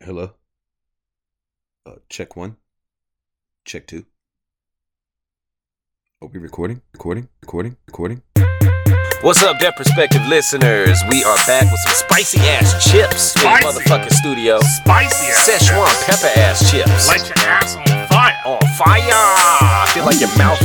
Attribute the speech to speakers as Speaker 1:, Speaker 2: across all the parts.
Speaker 1: Hello? Uh, check one. Check two. Are we recording? Recording? Recording? Recording?
Speaker 2: What's up, Deaf Perspective listeners? We are back with some spicy ass chips
Speaker 3: Spicy.
Speaker 2: in the motherfucking studio.
Speaker 3: spicy ass
Speaker 2: Szechuan
Speaker 3: chips.
Speaker 2: pepper ass chips.
Speaker 3: Light your ass on fire.
Speaker 2: on fire. I feel like your mouth.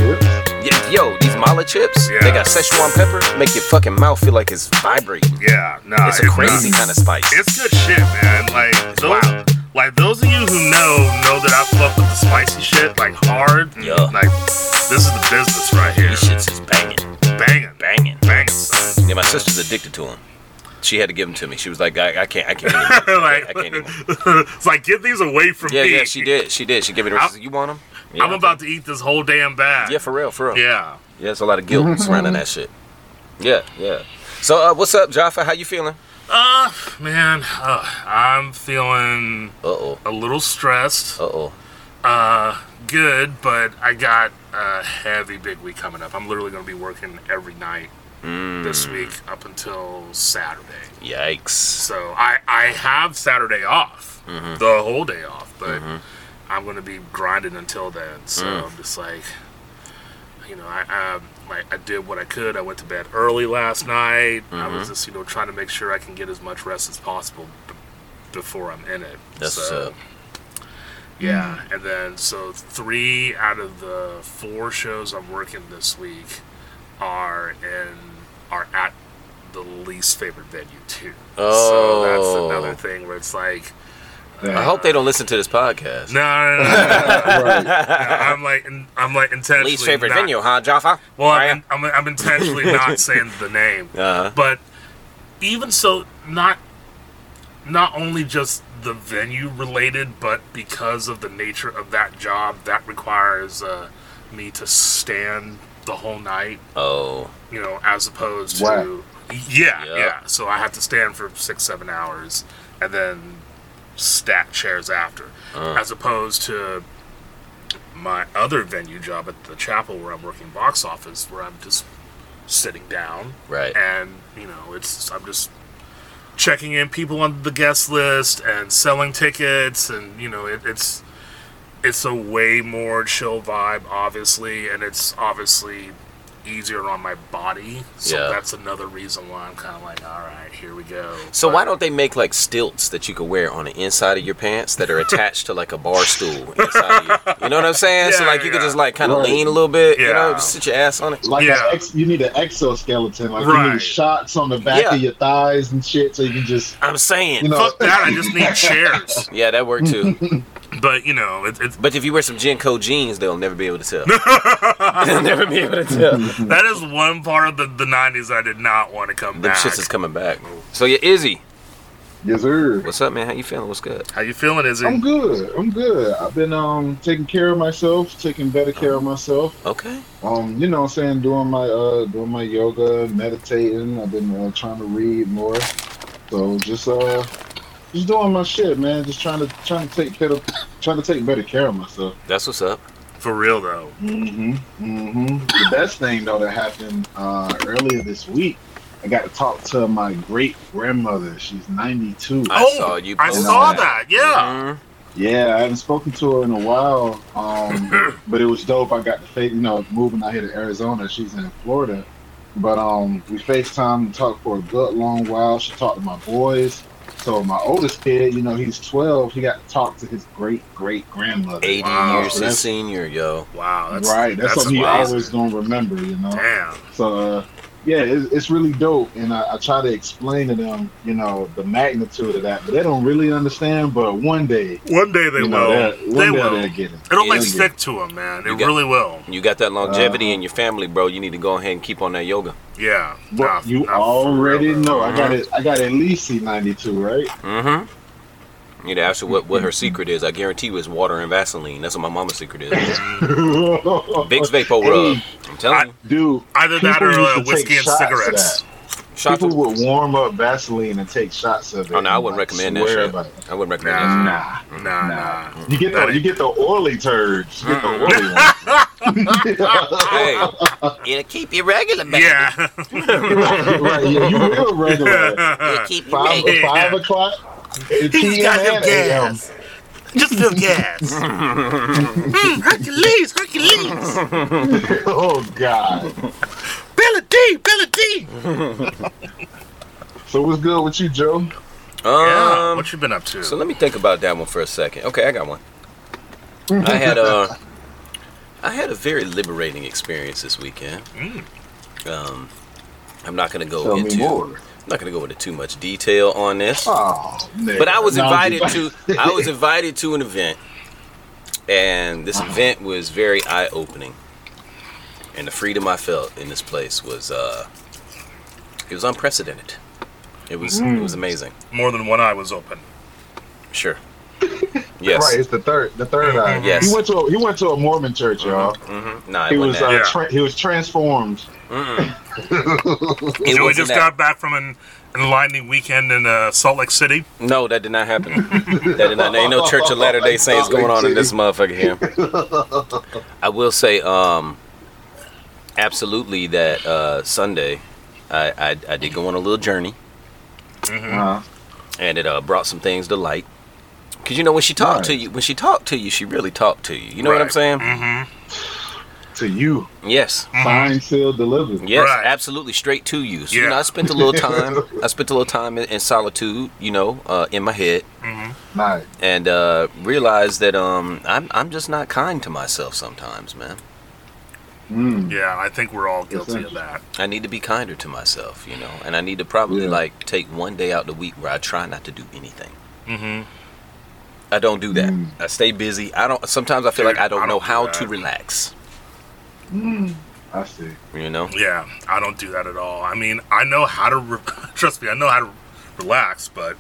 Speaker 2: Yeah, yo, these mala chips, they got
Speaker 3: Yes.
Speaker 2: Szechuan pepper, make your fucking mouth feel like it's vibrating.
Speaker 3: Yeah, nah,
Speaker 2: It's a crazy
Speaker 3: not-
Speaker 2: kind of spice.
Speaker 3: It's good shit, man. Like those,
Speaker 2: wild.
Speaker 3: like those of you who know know that I fuck with the spicy shit like hard.
Speaker 2: Yeah.
Speaker 3: Like this is the business right here.
Speaker 2: These shits is banging,
Speaker 3: Banging,
Speaker 2: banging.
Speaker 3: banging, son.
Speaker 2: Yeah, my sister's addicted to them. She had to give them to me. She was like, I, I can't, I can't anymore.
Speaker 3: like
Speaker 2: I can't anymore.
Speaker 3: it's like get these away from
Speaker 2: Yeah,
Speaker 3: me.
Speaker 2: yeah, she did. She did. She gave it to her.
Speaker 3: I'm-
Speaker 2: She said, You want them?
Speaker 3: I'm about to eat this whole damn bag.
Speaker 2: Yeah, for real, for real.
Speaker 3: Yeah.
Speaker 2: Yeah, it's a lot of guilt
Speaker 4: Mm-hmm.
Speaker 2: surrounding that shit. Yeah, yeah. So, uh, what's up, Jaffa? How you feeling?
Speaker 3: Uh, man, uh, I'm feeling
Speaker 2: Uh oh.
Speaker 3: a little stressed.
Speaker 2: Uh oh.
Speaker 3: Uh, good, but I got a heavy big week coming up. I'm literally going to be working every night this week up until Saturday.
Speaker 2: Yikes.
Speaker 3: So I, I have Saturday off, the whole day off, but I'm going to be grinding until then. So I'm just like, you know, I, I like I did what I could. I went to bed early last night. I was just you know trying to make sure I can get as much rest as possible b- before I'm in it.
Speaker 2: That's uh, what's
Speaker 3: so,
Speaker 2: up.
Speaker 3: yeah, and then so three out of the four shows I'm working this week are in are at the least favorite venue too. so
Speaker 2: Oh.
Speaker 3: that's another thing where it's like
Speaker 2: I hope they don't listen to this podcast.
Speaker 3: no, no, no, no, no, no, I'm like I'm like intentionally
Speaker 2: Least favorite
Speaker 3: not-
Speaker 2: venue, huh, Jaffa?
Speaker 3: well,
Speaker 2: Ryan?
Speaker 3: I'm, I'm, I'm intentionally not saying the name,
Speaker 2: Uh-huh.
Speaker 3: but even so, not not only just the venue related, but because of the nature of that job, that requires uh, me to stand the whole night.
Speaker 2: Oh,
Speaker 3: You know, as opposed to
Speaker 4: Wow.
Speaker 3: yeah,
Speaker 2: Yeah.
Speaker 3: yeah. So I have to stand for six, seven hours, and then stack chairs after, as opposed to my other venue job at the chapel where I'm working box office, where I'm just sitting down,
Speaker 2: Right.
Speaker 3: And you know, it's I'm just checking in people on the guest list and selling tickets, and you know, it, it's it's a way more chill vibe, obviously, and it's obviously easier on my body. So
Speaker 2: Yeah.
Speaker 3: that's another reason why I'm kind of like, all right, here we go.
Speaker 2: so why don't they make like stilts that you could wear on the inside of your pants that are attached to like a bar stool inside of you? You know what I'm saying? so
Speaker 3: Yeah,
Speaker 2: like you could
Speaker 3: yeah.
Speaker 2: just like kind of
Speaker 4: Right.
Speaker 2: lean a little bit. You
Speaker 3: Yeah.
Speaker 2: know, just sit your ass on it.
Speaker 4: Like
Speaker 3: Yeah.
Speaker 4: an ex, you need an exoskeleton. Like you
Speaker 3: Right.
Speaker 4: need shots on the back
Speaker 2: Yeah.
Speaker 4: of your thighs and shit, so you can just
Speaker 2: I'm saying.
Speaker 4: you know.
Speaker 3: Fuck that! I just need chairs.
Speaker 2: Yeah, that worked too.
Speaker 3: But you know, it, it's
Speaker 2: But if you wear some Jenko jeans, they'll never be able to tell. they'll never be able to tell. Them
Speaker 3: that is one part of the, the '90s I did not want to come back.
Speaker 2: shits is coming back. So yeah, Izzy,
Speaker 4: yes, sir.
Speaker 2: what's up, man? How you feeling? What's good?
Speaker 3: How you feeling, Izzy?
Speaker 4: I'm good. I'm good. I've been um taking care of myself, taking better care of myself.
Speaker 2: Okay.
Speaker 4: Um, you know, what I'm saying doing my uh doing my yoga, meditating. I've been uh, trying to read more. So just uh just doing my shit, man. Just trying to trying to take care of trying to take better care of myself.
Speaker 2: That's what's up.
Speaker 3: For real though.
Speaker 4: hmm hmm The best thing though that happened uh, earlier this week, I got to talk to my great grandmother. She's 92.
Speaker 2: I saw you
Speaker 3: Oh, I
Speaker 2: post
Speaker 3: saw
Speaker 2: that.
Speaker 3: that. Yeah.
Speaker 2: Mhm.
Speaker 4: Yeah, I haven't spoken to her in a while, um, but it was dope. I got to face, you know, moving out here to Arizona. She's in Florida, but um, we FaceTime and talked for a good long while. She talked to my boys. So my oldest kid, you know, he's 12. He got to talk to his great great grandmother.
Speaker 2: 80
Speaker 3: Wow,
Speaker 2: years
Speaker 4: that's-
Speaker 2: his senior, yo.
Speaker 3: Wow. That's,
Speaker 4: right, that's, something he
Speaker 3: amazing.
Speaker 4: always gonna remember. You know.
Speaker 3: Damn.
Speaker 4: So uh, yeah, it's, it's really dope, and I, I try to explain to them, you know, the magnitude of that, but they don't really understand. But one day,
Speaker 3: One day they
Speaker 4: you
Speaker 3: will.
Speaker 4: know, they'll-
Speaker 3: they
Speaker 4: one day
Speaker 3: will.
Speaker 4: they'll get it.
Speaker 3: It'll
Speaker 2: Yeah.
Speaker 3: like stick to them, man.
Speaker 2: You
Speaker 3: It
Speaker 2: got-
Speaker 3: really will.
Speaker 2: You got that longevity
Speaker 4: Uh-huh.
Speaker 2: in your family, bro. You need to go ahead and keep on that yoga.
Speaker 3: Yeah.
Speaker 4: But
Speaker 3: Nah,
Speaker 4: you
Speaker 3: nah, for
Speaker 4: already
Speaker 3: real, Uh-huh.
Speaker 4: know,
Speaker 3: though.
Speaker 4: I got it. I got at least C ninety two, right?
Speaker 2: Mm-hmm. You need to ask her what, what her secret is. I guarantee you it's water and Vaseline. That's what my mama's secret is. Vicks Vapor Rub.
Speaker 4: Hey,
Speaker 2: I'm telling you.
Speaker 4: dude.
Speaker 3: Either that
Speaker 4: people
Speaker 3: or uh,
Speaker 4: used to take
Speaker 3: whiskey and
Speaker 4: shots of
Speaker 3: cigarettes.
Speaker 2: Shots
Speaker 4: People
Speaker 2: of-
Speaker 4: would warm up Vaseline and take shots of it.
Speaker 2: Oh, no, I
Speaker 4: and,
Speaker 2: wouldn't
Speaker 4: like,
Speaker 2: recommend
Speaker 4: swear
Speaker 2: that
Speaker 4: about it.
Speaker 2: shit. I wouldn't recommend that
Speaker 3: Nah.
Speaker 2: shit.
Speaker 3: Nah,
Speaker 4: Nah, Nah.
Speaker 3: nah.
Speaker 4: you get the
Speaker 3: That ain't-
Speaker 4: you get the oily turds. You get the
Speaker 3: Mm.
Speaker 4: oily
Speaker 2: Hey,
Speaker 4: ones.
Speaker 2: it'll keep you regular, baby.
Speaker 3: Yeah.
Speaker 4: right, yeah, you real regular.
Speaker 3: yeah.
Speaker 2: keep
Speaker 4: Five,
Speaker 3: Yeah.
Speaker 4: five o'clock. It's
Speaker 5: He just
Speaker 4: PM
Speaker 5: got
Speaker 4: and
Speaker 5: him
Speaker 4: AM.
Speaker 5: gas. Just him gas. mm, Hercules, Hercules.
Speaker 4: Oh God.
Speaker 5: Billy D, Billy D.
Speaker 4: So what's good with you, Joe?
Speaker 3: Yeah,
Speaker 2: Um,
Speaker 3: what you been up to?
Speaker 2: so let me think about that one for a second. Okay, I got one. I had a, I had a very liberating experience this weekend.
Speaker 4: Mm.
Speaker 2: Um, I'm not gonna go
Speaker 4: Tell me
Speaker 2: into,
Speaker 4: more.
Speaker 2: I'm not gonna go into too much detail on this.
Speaker 4: Oh, nigga.
Speaker 2: But I was
Speaker 4: No, I'm
Speaker 2: invited to
Speaker 4: just-
Speaker 2: I was invited to an event, and this event was very eye opening. And the freedom I felt in this place was uh, it was unprecedented. It was it was
Speaker 4: Mm.
Speaker 2: amazing.
Speaker 3: More than one eye was open.
Speaker 2: Sure. Yes. Mm-hmm.
Speaker 4: Right, it's the third, the third eye.
Speaker 2: Yes.
Speaker 4: He went to a, he went to a Mormon church, y'all.
Speaker 2: Mm-hmm. Nah, it
Speaker 4: He was
Speaker 2: wasn't
Speaker 4: uh,
Speaker 2: that.
Speaker 3: Yeah.
Speaker 4: tra- he was transformed.
Speaker 2: It
Speaker 3: You know, we
Speaker 2: wasn't
Speaker 3: just
Speaker 2: that.
Speaker 3: got back from an enlightening weekend in uh, Salt Lake City.
Speaker 2: No, that did not happen. that did not. There ain't no Church of Latter Day Saints going on in this motherfucker here. I will say, um, absolutely that uh, Sunday, I, I I did go on a little journey,
Speaker 3: Mm-hmm.
Speaker 4: Uh,
Speaker 2: and it uh, brought some things to light. Cause you know when she talked to
Speaker 4: Right.
Speaker 2: you, when she talked to you, she really talked to you. You know what I'm
Speaker 3: Right. Mm-hmm.
Speaker 2: saying?
Speaker 4: to you,
Speaker 2: Yes,
Speaker 4: signed, sealed, delivered.
Speaker 2: yes,
Speaker 3: Right.
Speaker 2: absolutely, straight to you. So you
Speaker 3: Yeah.
Speaker 2: know, I spent a little time. I spent a little time in, in solitude. You know, uh, in my head.
Speaker 4: Nice.
Speaker 2: and uh, realize that um, I'm I'm just not kind to myself sometimes, man.
Speaker 4: Mm.
Speaker 3: Yeah, I think we're all guilty of
Speaker 4: interesting.
Speaker 3: that.
Speaker 2: I need to be kinder to myself, you know, and I need to probably
Speaker 4: Yeah.
Speaker 2: like take one day out the week where I try not to do anything.
Speaker 3: Mm-hmm.
Speaker 2: I don't do that.
Speaker 4: Mm.
Speaker 2: I stay busy. I don't. Sometimes I feel
Speaker 3: Dude,
Speaker 2: like I don't
Speaker 3: I don't
Speaker 2: know
Speaker 3: do
Speaker 2: how
Speaker 3: that.
Speaker 2: to relax.
Speaker 4: I see.
Speaker 2: You know.
Speaker 3: Yeah, I don't do that at all. I mean, I know how to. Re- trust me, I know how to relax, but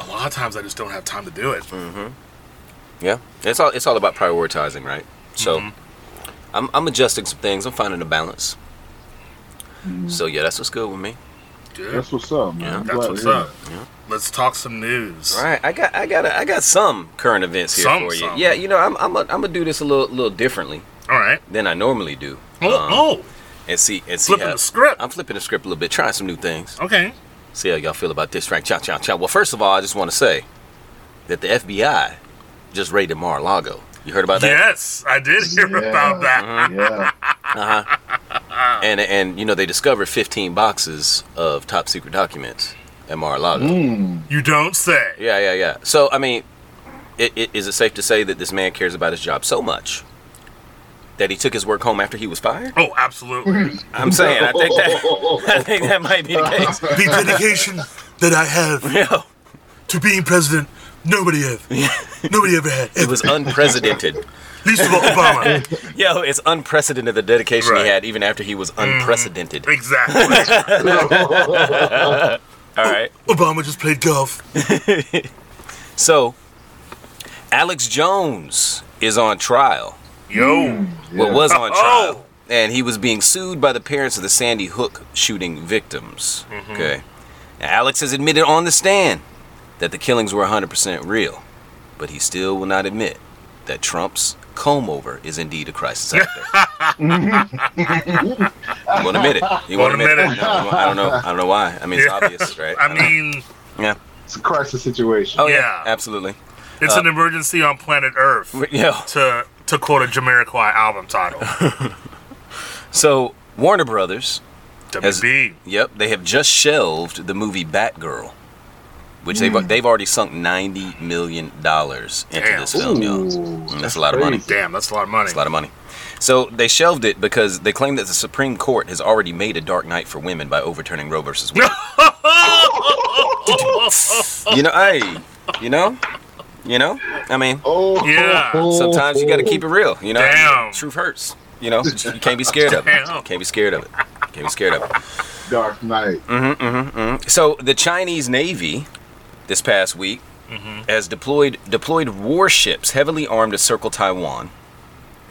Speaker 3: a lot of times I just don't have time to do it.
Speaker 4: Mm.
Speaker 3: Mm-hmm.
Speaker 2: Yeah. It's all it's all about prioritizing, right? So I'm I'm adjusting some things. I'm finding a balance.
Speaker 4: Mm-hmm.
Speaker 2: So yeah, that's what's good with me.
Speaker 3: Dude,
Speaker 4: That's what's up, man.
Speaker 2: Yeah,
Speaker 4: I'm
Speaker 3: that's
Speaker 4: glad to
Speaker 3: what's
Speaker 4: hear
Speaker 3: up.
Speaker 4: it.
Speaker 3: Let's talk some news.
Speaker 2: All right, I got I got I got some current events here
Speaker 3: Some,
Speaker 2: for you.
Speaker 3: some.
Speaker 2: Yeah, you know I'm I'm gonna I'm do this a little little differently
Speaker 3: All right.
Speaker 2: than I normally do.
Speaker 3: Oh,
Speaker 2: Um,
Speaker 3: oh,
Speaker 2: and see and see
Speaker 3: flipping
Speaker 2: how,
Speaker 3: the script.
Speaker 2: I'm flipping the script a little bit, trying some new things.
Speaker 3: Okay.
Speaker 2: See how y'all feel about this Frank Chow Chow Chow. Well, first of all, I just want to say that the FBI just raided Mar-a-Lago. You heard about that?
Speaker 3: Yes, I did hear
Speaker 4: Yeah.
Speaker 3: about
Speaker 4: Uh-huh.
Speaker 3: that.
Speaker 4: Yeah.
Speaker 2: And and you know they discovered 15 boxes of top secret documents at Mar-a-Lago.
Speaker 4: Mm.
Speaker 3: You don't say.
Speaker 2: Yeah, yeah, yeah. So I mean, i i- is it safe to say that this man cares about his job so much that he took his work home after he was fired?
Speaker 3: Oh, absolutely.
Speaker 2: I'm saying I think that I think that might be the case.
Speaker 5: The dedication that I have
Speaker 2: Yeah.
Speaker 5: to being president, nobody have. Nobody ever had.
Speaker 2: It was unprecedented.
Speaker 5: least of all Obama.
Speaker 2: Yo, it's unprecedented the dedication
Speaker 3: Right.
Speaker 2: he had, even after he was unprecedented.
Speaker 3: exactly.
Speaker 2: All right.
Speaker 5: Obama just played golf.
Speaker 2: So, Alex Jones is on trial.
Speaker 3: Yo.
Speaker 2: Well, was on
Speaker 3: Oh.
Speaker 2: trial. And he was being sued by the parents of the Sandy Hook shooting victims.
Speaker 3: Mm-hmm.
Speaker 2: Okay. Now, Alex has admitted on the stand that the killings were 100% real, but he still will not admit that Trump's comb over is indeed a crisis actor. he won't admit it. He won't
Speaker 3: Won't
Speaker 2: admit it.
Speaker 3: admit it.
Speaker 2: No, he won't- I don't know. I don't know why. I mean, it's
Speaker 3: Yeah.
Speaker 2: obvious, right?
Speaker 3: I
Speaker 2: don't know.
Speaker 3: mean,
Speaker 2: yeah.
Speaker 4: It's a crisis situation.
Speaker 2: Oh yeah,
Speaker 3: Yeah.
Speaker 2: absolutely.
Speaker 3: it's an emergency on planet Earth.
Speaker 2: Yeah.
Speaker 3: To to quote a Jamiroquai album title,
Speaker 2: So Warner Brothers, As-
Speaker 3: WB.
Speaker 2: yep, they have just shelved the movie Batgirl, which they've they've already sunk ninety million dollars into
Speaker 3: Damn.
Speaker 2: this film, y'all.
Speaker 4: Ooh,
Speaker 2: That's,
Speaker 4: that's
Speaker 2: a lot of money.
Speaker 4: crazy.
Speaker 3: Damn, that's a lot of money.
Speaker 2: That's a lot of money. So they shelved it because they claim that the Supreme Court has already made a Dark Knight for women by overturning Roe versus Wade. you know, hey, you know, you know. I mean,
Speaker 4: Oh,
Speaker 3: Yeah.
Speaker 2: sometimes you got to keep it real. You know, I mean,
Speaker 3: Damn.
Speaker 2: truth hurts. You know, you can't be scared of it.
Speaker 3: Damn.
Speaker 2: Can't be scared of it. Can't be scared of it.
Speaker 4: Dark Knight.
Speaker 2: Mm-hmm, So the Chinese Navy, this past week, has deployed deployed warships heavily armed to circle Taiwan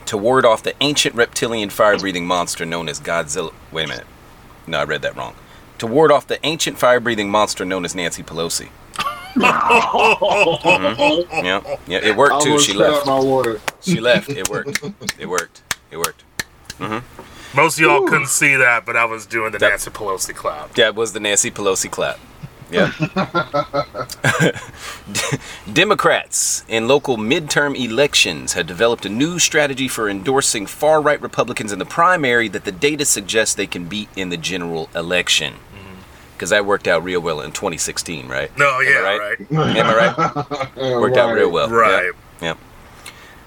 Speaker 2: to ward off the ancient reptilian fire-breathing monster known as Godzilla. Wait a minute, no, I read that wrong. To ward off the ancient fire-breathing monster known as Nancy Pelosi. Mhm. Yeah, yeah, it
Speaker 4: I
Speaker 2: worked too.
Speaker 4: almost
Speaker 2: She
Speaker 4: spit out
Speaker 2: left.
Speaker 4: my water.
Speaker 2: She left. It worked. It worked. It worked.
Speaker 3: Most of y'all couldn't see that, but I was doing the
Speaker 2: That-
Speaker 3: Nancy Pelosi clap.
Speaker 2: That was the Nancy Pelosi clap. Yeah. Democrats in local midterm elections had developed a new strategy for endorsing far right Republicans in the primary that the data suggests they can beat in the general election.
Speaker 3: Mm-hmm.
Speaker 2: Because that worked out real well in 2016, right?
Speaker 3: No, yeah,
Speaker 2: right? Oh,
Speaker 3: right.
Speaker 2: Am I right? Worked out real well.
Speaker 3: Right.
Speaker 2: Yep. yep.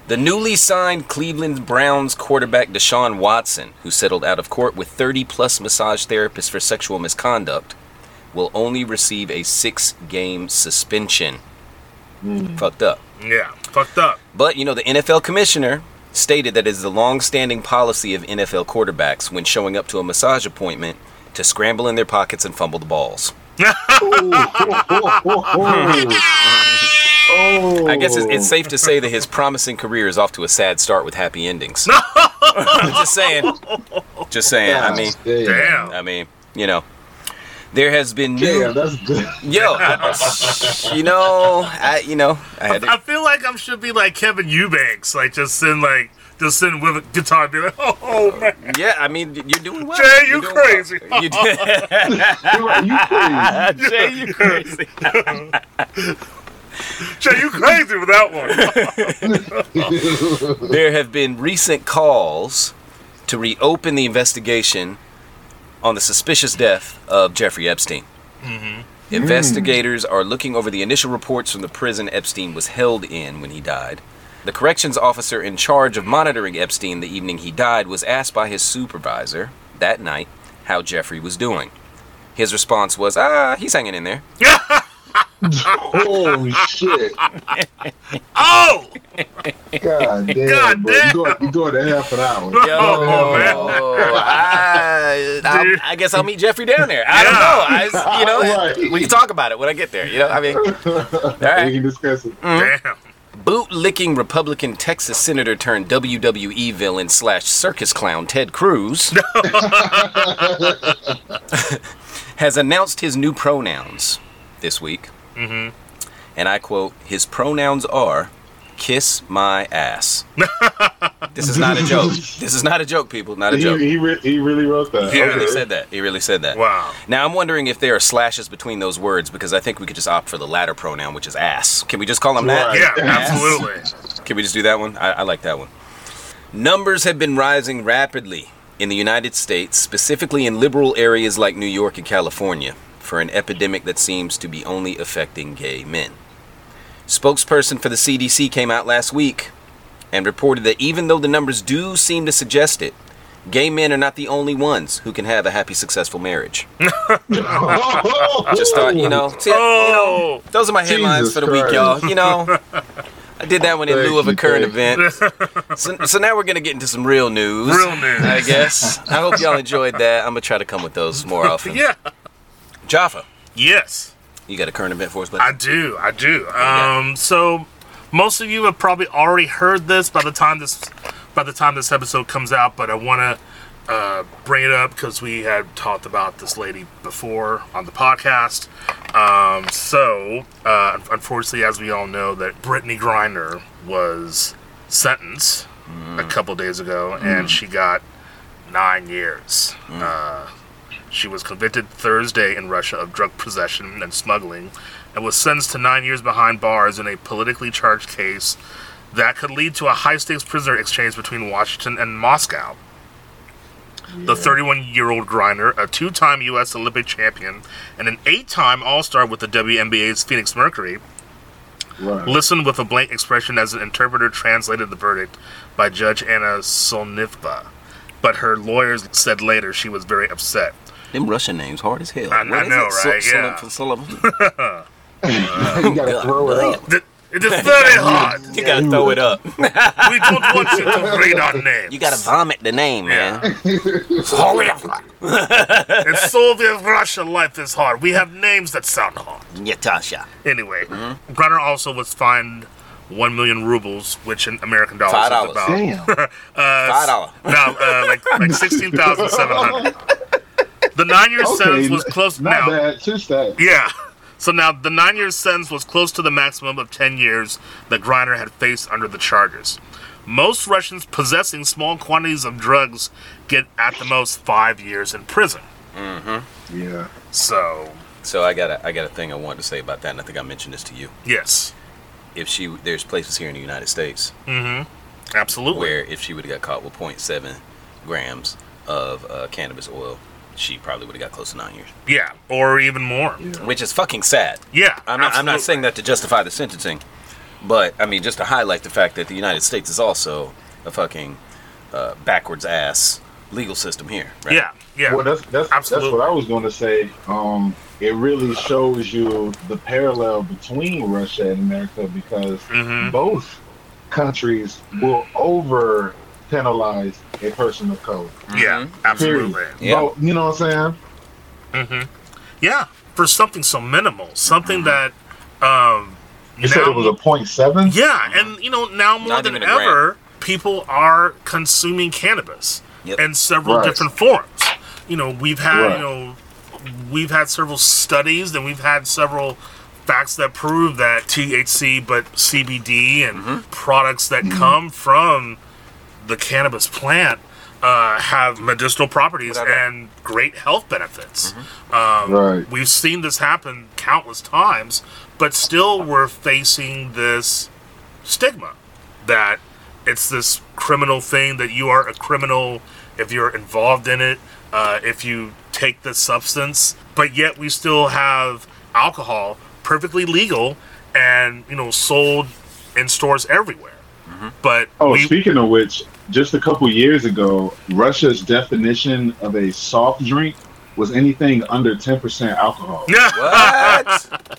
Speaker 2: The newly signed Cleveland Browns quarterback Deshaun Watson, who settled out of court with 30 plus massage therapists for sexual misconduct, will only receive a six game suspension. Fucked up.
Speaker 3: Yeah. Fucked up.
Speaker 2: But you know, the NFL commissioner stated that it is the long-standing policy of NFL quarterbacks when showing up to a massage appointment to scramble in their pockets and fumble the balls.
Speaker 4: Oh.
Speaker 2: I guess it's, it's safe to say that his promising career is off to a sad start with happy endings. I'm just saying. Just saying. I mean,
Speaker 4: Oh, damn.
Speaker 3: Damn.
Speaker 2: I mean, you know, there has been new.
Speaker 4: Damn, that's good.
Speaker 2: Yo, I, you know, I, you know, I had to,
Speaker 3: I feel like I should be like Kevin Eubanks, like just send like just send with a guitar, and be like, oh, man,
Speaker 2: yeah. I mean, you're doing well.
Speaker 3: Jay, you
Speaker 2: You're doing well.
Speaker 3: crazy.
Speaker 2: You did-
Speaker 4: You, you crazy.
Speaker 2: Jay, you crazy.
Speaker 3: Jay, you crazy with that one.
Speaker 2: There have been recent calls to reopen the investigation on the suspicious death of Jeffrey Epstein. Investigators are looking over the initial reports from the prison Epstein was held in when he died. The corrections officer in charge of monitoring Epstein the evening he died was asked by his supervisor that night how Jeffrey was doing. His response was, ah, he's hanging in there.
Speaker 4: Holy shit.
Speaker 3: Oh,
Speaker 4: God damn.
Speaker 3: God
Speaker 4: bro.
Speaker 3: damn.
Speaker 4: You, go, you go to half an hour.
Speaker 3: Oh, man.
Speaker 2: I, I'll-
Speaker 3: Dude.
Speaker 2: I guess I'll meet Jeffrey down there. I don't know. I, you know,
Speaker 4: Right.
Speaker 2: we can talk about it when I get there. You know, I mean, all
Speaker 4: We
Speaker 2: right.
Speaker 4: can discuss it.
Speaker 2: Hmm?
Speaker 3: damn.
Speaker 2: Bootlicking Republican Texas senator turned WWE villain slash circus clown Ted Cruz has announced his new pronouns this week. Mm-hmm. And I quote: "His pronouns are." Kiss my ass. this is not a joke. This is not a joke, people. Not a
Speaker 4: He,
Speaker 2: joke.
Speaker 4: he, re- he really wrote that.
Speaker 2: He
Speaker 3: Yeah.
Speaker 2: really said that. He really said that.
Speaker 3: Wow.
Speaker 2: Now I'm wondering if there are slashes between those words because I think we could just opt for the latter pronoun, which is ass. Can we just call him that?
Speaker 4: Right.
Speaker 3: Yeah,
Speaker 2: Ass?
Speaker 3: absolutely.
Speaker 2: Can we just do that one? I, I like that one. Numbers have been rising rapidly in the United States, specifically in liberal areas like New York and California, for an epidemic that seems to be only affecting gay men. Spokesperson for the CDC came out last week and reported that even though the numbers do seem to suggest it, gay men are not the only ones who can have a happy, successful marriage. Just thought, you know, see, you know,
Speaker 3: Oh,
Speaker 2: those are my headlines
Speaker 4: Jesus
Speaker 2: for the week,
Speaker 4: Christ.
Speaker 2: y'all. You know, I did that one in
Speaker 4: Thank
Speaker 2: lieu of a
Speaker 4: you,
Speaker 2: current
Speaker 4: thank
Speaker 2: event. So, so now we're gonna get into some real news.
Speaker 3: real news.
Speaker 2: I guess. I hope y'all enjoyed that. I'm gonna try to come with those more often.
Speaker 3: Yeah.
Speaker 2: Jaffa,
Speaker 3: Yes.
Speaker 2: you got a current event for us,
Speaker 3: I
Speaker 2: but
Speaker 3: do. I do. Um, so most of you have probably already heard this by the time this by the time this episode comes out, but I want to uh, bring it up because we had talked about this lady before on the podcast. Um, so uh, unfortunately, as we all know, that Brittany Griner was sentenced a couple days ago, and she got nine years. Uh, she was convicted Thursday in Russia of drug possession and smuggling and was sentenced to nine years behind bars in a politically charged case that could lead to a high stakes prisoner exchange between Washington and Moscow. The 31 year old Griner, a two time U.S. Olympic champion and an eight time All Star with the WNBA's Phoenix Mercury,
Speaker 4: Right.
Speaker 3: listened with a blank expression as an interpreter translated the verdict by Judge Anna Solnitva. But her lawyers said later she was very upset.
Speaker 2: them Russian names hard as hell.
Speaker 3: I- I know, right? Yeah.
Speaker 2: yeah.
Speaker 4: you gotta throw it up.
Speaker 3: Th- It is very hard.
Speaker 2: you gotta throw it up.
Speaker 3: We don't want you to read our names.
Speaker 2: You gotta vomit the name, man.
Speaker 3: In Soviet Russia, life is hard. We have names that sound hard.
Speaker 2: Yatasha.
Speaker 3: Anyway,
Speaker 2: Mm-hmm.
Speaker 3: Grunner also was fined one million rubles, which in American dollars
Speaker 2: Five
Speaker 3: is
Speaker 2: dollars.
Speaker 3: about
Speaker 4: Damn.
Speaker 2: Five dollar.
Speaker 3: No, uh, like like sixteen thousand seven hundred. The nine-year sentence was close.
Speaker 4: Not
Speaker 3: now,
Speaker 4: bad. Just that.
Speaker 3: Yeah. So now the nine year sentence was close to the maximum of 10 years that Griner had faced under the charges. Most Russians possessing small quantities of drugs get at the most five years in prison.
Speaker 4: Yeah.
Speaker 3: So
Speaker 2: So I got a, I got a thing I wanted to say about that, and I think I mentioned this to you.
Speaker 3: Yes.
Speaker 2: If she there's places here in the United States
Speaker 3: Absolutely.
Speaker 2: where if she would have got caught with 0.7 grams of uh, cannabis oil, she probably would have got close to nine years,
Speaker 3: Yeah. Or even more. Yeah.
Speaker 2: which is fucking sad. I'm not, I'm not
Speaker 3: absolutely.
Speaker 2: saying that to justify the sentencing, but I mean just to highlight the fact that the United States is also a fucking uh, backwards ass legal system here. Right?
Speaker 3: Yeah. Yeah.
Speaker 4: Well, that's that's, that's
Speaker 3: Absolutely.
Speaker 4: what I was going to say. Um, it really shows you the parallel between Russia and America because
Speaker 3: Mhm.
Speaker 4: both countries
Speaker 3: Mm-hmm.
Speaker 4: will over penalize a person of color.
Speaker 3: Yeah.
Speaker 2: Mm-hmm.
Speaker 3: Absolutely.
Speaker 4: Period.
Speaker 2: Yeah.
Speaker 4: Bo- you know what I'm saying?
Speaker 3: Yeah. For something so minimal, something
Speaker 2: Mm-hmm.
Speaker 3: that, um,
Speaker 4: You said it was a point seven.
Speaker 3: Yeah, and you know now more
Speaker 2: Not
Speaker 3: than
Speaker 2: even a gram.
Speaker 3: ever, people are consuming cannabis
Speaker 2: Yep.
Speaker 3: in several
Speaker 4: Right.
Speaker 3: different forms. You know, we've had
Speaker 4: Right.
Speaker 3: you know we've had several studies, and we've had several facts that prove that THC, but CBD and
Speaker 2: Mm-hmm.
Speaker 3: products that
Speaker 4: Mm-hmm.
Speaker 3: come from the cannabis plant uh, have medicinal properties
Speaker 2: Without doubt. Mm-hmm.
Speaker 3: and great health benefits.
Speaker 4: Right.
Speaker 3: We've seen this happen countless times, but still we're facing this stigma that it's this criminal thing that you are a criminal if you're involved in it, uh, if you take the substance. But yet we still have alcohol perfectly legal and you know sold in stores everywhere. But
Speaker 4: Oh,
Speaker 3: we,
Speaker 4: speaking of which, just a couple years ago, Russia's definition of a soft drink was anything under ten percent alcohol.
Speaker 2: What?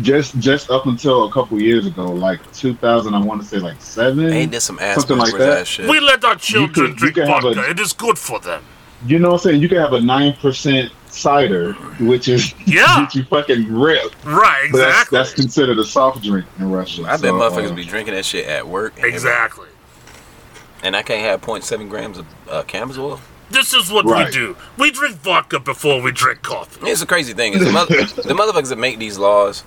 Speaker 4: Just just up until a couple years ago, like 2000, I want to say like seven.
Speaker 2: Ain't this some ass
Speaker 4: Something like
Speaker 2: backwards
Speaker 4: that.
Speaker 2: ass shit?
Speaker 3: we let our
Speaker 4: could-
Speaker 3: children
Speaker 4: you
Speaker 3: drink
Speaker 4: could have
Speaker 3: vodka.
Speaker 4: a-
Speaker 3: it is good for them.
Speaker 4: You know what I'm saying? You can have a nine percent cider, which is
Speaker 3: Yeah.
Speaker 4: get you fucking ripped.
Speaker 3: Right,
Speaker 4: But that's,
Speaker 3: exactly.
Speaker 4: that's considered a soft drink in Russia.
Speaker 2: I bet
Speaker 4: So,
Speaker 2: motherfuckers
Speaker 4: uh,
Speaker 2: be drinking that shit at work. and-
Speaker 3: exactly.
Speaker 2: And I can't have 0.7 grams of uh, cannabis oil.
Speaker 3: This is what we
Speaker 4: Right.
Speaker 3: do. We drink vodka before we drink coffee.
Speaker 2: Here's the crazy thing: is the, mother- the motherfuckers that make these laws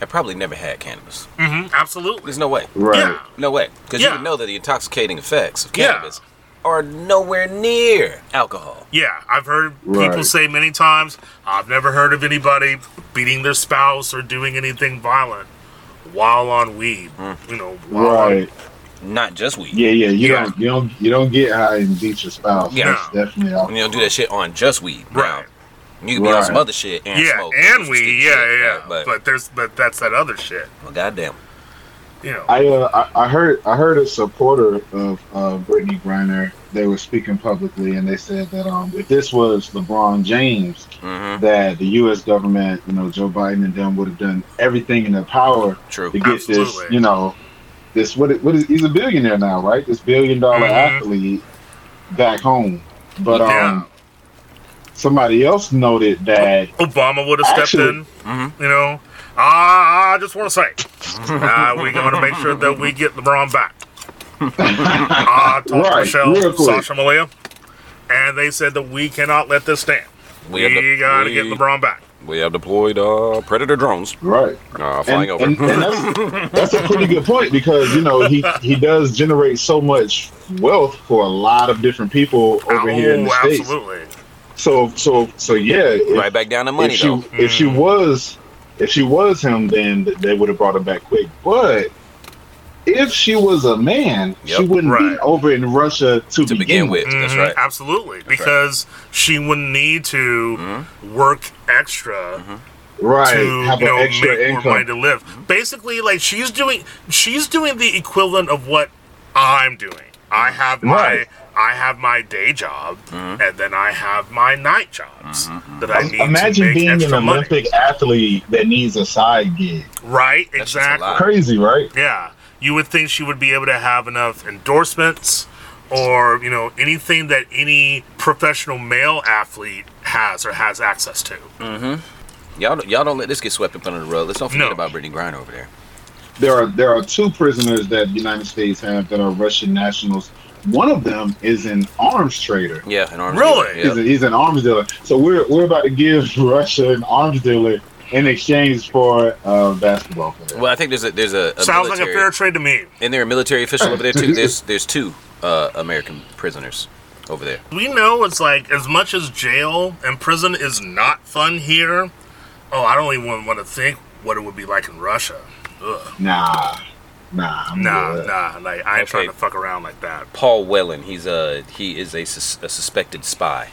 Speaker 2: have probably never had cannabis.
Speaker 3: hmm absolutely.
Speaker 2: There's no way,
Speaker 4: right.
Speaker 3: Yeah.
Speaker 2: no way, because
Speaker 3: Yeah.
Speaker 2: you would know that the intoxicating effects of
Speaker 3: Yeah.
Speaker 2: cannabis are nowhere near alcohol.
Speaker 3: Yeah, I've heard people
Speaker 4: Right.
Speaker 3: say many times, I've never heard of anybody beating their spouse or doing anything violent while on weed. You know, while
Speaker 4: Right.
Speaker 2: Not just weed.
Speaker 4: Yeah, yeah. You
Speaker 3: Yeah.
Speaker 4: don't you don't you don't get high and beat your spouse.
Speaker 2: Yeah.
Speaker 4: That's definitely
Speaker 2: And
Speaker 4: alcohol.
Speaker 2: you don't do that shit on just weed.
Speaker 3: Right.
Speaker 2: Now, you can be on some
Speaker 4: Right.
Speaker 2: other shit
Speaker 3: on,
Speaker 2: and
Speaker 3: yeah,
Speaker 2: smoke.
Speaker 3: and
Speaker 2: some
Speaker 3: weed,
Speaker 2: sticky
Speaker 3: yeah,
Speaker 2: shit,
Speaker 3: yeah.
Speaker 2: right,
Speaker 3: But,
Speaker 2: But,
Speaker 3: there's but that's that other shit.
Speaker 2: well, goddamn,
Speaker 3: You know.
Speaker 4: I, uh, I I heard I heard a supporter of uh, Brittany Griner. They were speaking publicly, and they said that um, if this was LeBron James,
Speaker 2: Mhm.
Speaker 4: that the U.S. government, you know, Joe Biden and them would have done everything in their power
Speaker 2: true.
Speaker 4: to get this,
Speaker 3: Absolutely.
Speaker 4: you know, this what it- what is he's a billionaire now, right? This billion dollar
Speaker 3: Mhm.
Speaker 4: athlete back home. But um
Speaker 3: Yeah.
Speaker 4: somebody else noted that
Speaker 3: Obama would have stepped
Speaker 4: Actually-
Speaker 3: in. You know, I, I just want to say, uh, we're going to make sure that we get LeBron back. I talked to
Speaker 4: Right, real
Speaker 3: Uh, Michelle,
Speaker 4: quick.
Speaker 3: Sasha Malia, and they said that we cannot let this stand. We,
Speaker 2: have de-
Speaker 3: got to
Speaker 2: we-
Speaker 3: get LeBron back.
Speaker 2: We have deployed uh, predator drones
Speaker 4: right.
Speaker 2: uh,
Speaker 4: And,
Speaker 2: flying over.
Speaker 4: and, and that's, that's a pretty good point because you know he he does generate so much wealth for a lot of different people over here in the
Speaker 3: oh,
Speaker 4: states.
Speaker 3: absolutely.
Speaker 4: So so so yeah, if,
Speaker 2: right back down to money
Speaker 4: if she
Speaker 2: though.
Speaker 4: if she
Speaker 3: Mm.
Speaker 4: was if she was him, then th- they would have brought her back quick. But if she was a man, she
Speaker 2: Yep.
Speaker 4: wouldn't
Speaker 3: Right.
Speaker 4: be over in Russia to,
Speaker 2: to begin with. That's
Speaker 3: Mhm,
Speaker 2: right. Mm-hmm.
Speaker 3: Absolutely. because she wouldn't need to work extra
Speaker 4: Right,
Speaker 3: to
Speaker 4: have
Speaker 3: you
Speaker 4: an
Speaker 3: know,
Speaker 4: extra
Speaker 3: make more money to
Speaker 4: income.
Speaker 3: live. Basically, like she's doing, she's doing the equivalent of what I'm doing. I have my,
Speaker 4: Right.
Speaker 3: I have my day job,
Speaker 2: Mm-hmm.
Speaker 3: and then I have my night jobs that I need to
Speaker 4: Imagine
Speaker 3: make
Speaker 4: being an
Speaker 3: extra money.
Speaker 4: Olympic athlete that needs a side gig.
Speaker 3: Right?
Speaker 2: That's just a
Speaker 3: exactly.
Speaker 2: lot.
Speaker 4: Crazy, right?
Speaker 3: Yeah, you would think she would be able to have enough endorsements or you know anything that any professional male athlete has or has access to.
Speaker 2: Y'all, don't- y'all don't let this get swept up under the rug. Let's don't forget
Speaker 3: No.
Speaker 2: about Brittany Griner over there.
Speaker 4: There are there are two prisoners that the United States have that are Russian nationals. One of them is an arms trader.
Speaker 2: Yeah, an arms
Speaker 3: Really?
Speaker 2: dealer,
Speaker 4: He's, a, he's an arms dealer. So we're we're about to give Russia an arms dealer in exchange for a basketball player.
Speaker 2: Yeah. Well, I think there's a there's a, a
Speaker 3: Sounds like a
Speaker 2: military,
Speaker 3: fair trade to me.
Speaker 2: and there are military official over there too. There's there's two uh, American prisoners over there.
Speaker 3: We know it's like as much as jail and prison is not fun here. Oh, I don't even want to think what it would be like in Russia. Ugh.
Speaker 4: Nah, nah, I'm
Speaker 3: Nah,
Speaker 4: good.
Speaker 3: nah. Like I ain't
Speaker 2: Okay.
Speaker 3: trying to fuck around like that.
Speaker 2: Paul Whelan. He's a he is a, sus- a suspected spy.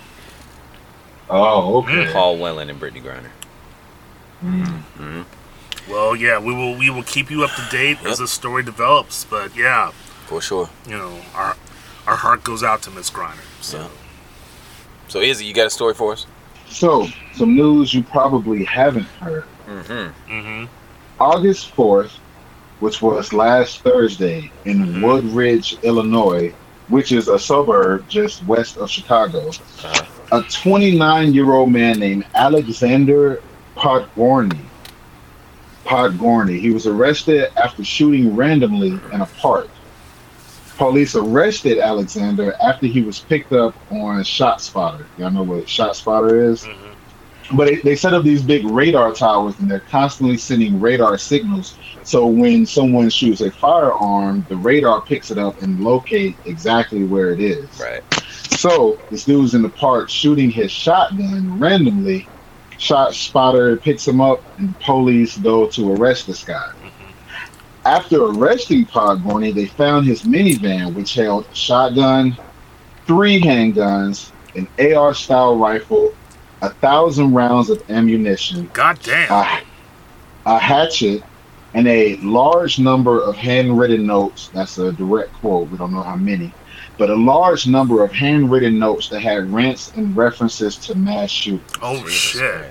Speaker 4: Oh, okay.
Speaker 2: Paul Whelan and Brittany Griner.
Speaker 3: Well, yeah, we will. We will keep you up to date as this story develops. But yeah,
Speaker 2: For sure.
Speaker 3: you know, our our heart goes out to Miss Griner. So
Speaker 2: Yeah. So Izzy, you got a story for us?
Speaker 4: So, some news you probably haven't heard.
Speaker 2: Mm-hmm.
Speaker 4: August 4th, which was last Thursday
Speaker 3: Mm-hmm.
Speaker 4: in Woodridge, Illinois, which is a suburb just west of Chicago, a 29 year old man named Alexander Podgorny. Podgorny. He was arrested after shooting randomly in a park. Police arrested Alexander after he was picked up on ShotSpotter. Y'all know what ShotSpotter is? but they, they set up these big radar towers and they're constantly sending radar signals so when someone shoots a firearm the radar picks it up and locate exactly where it is
Speaker 2: Right.
Speaker 3: Oh,
Speaker 4: so this dude's in the park shooting his shotgun randomly shot spotter picks him up and police go to arrest this guy after arresting Podgorny, they found his minivan which held a shotgun three handguns an ar style rifle a thousand rounds of ammunition,
Speaker 3: God damn.
Speaker 2: Ah,
Speaker 4: a, a hatchet, and a large number of handwritten notes. That's a direct quote. We don't know how many, but a large number of handwritten notes that had rants and references to mass shootings.
Speaker 3: oh shit.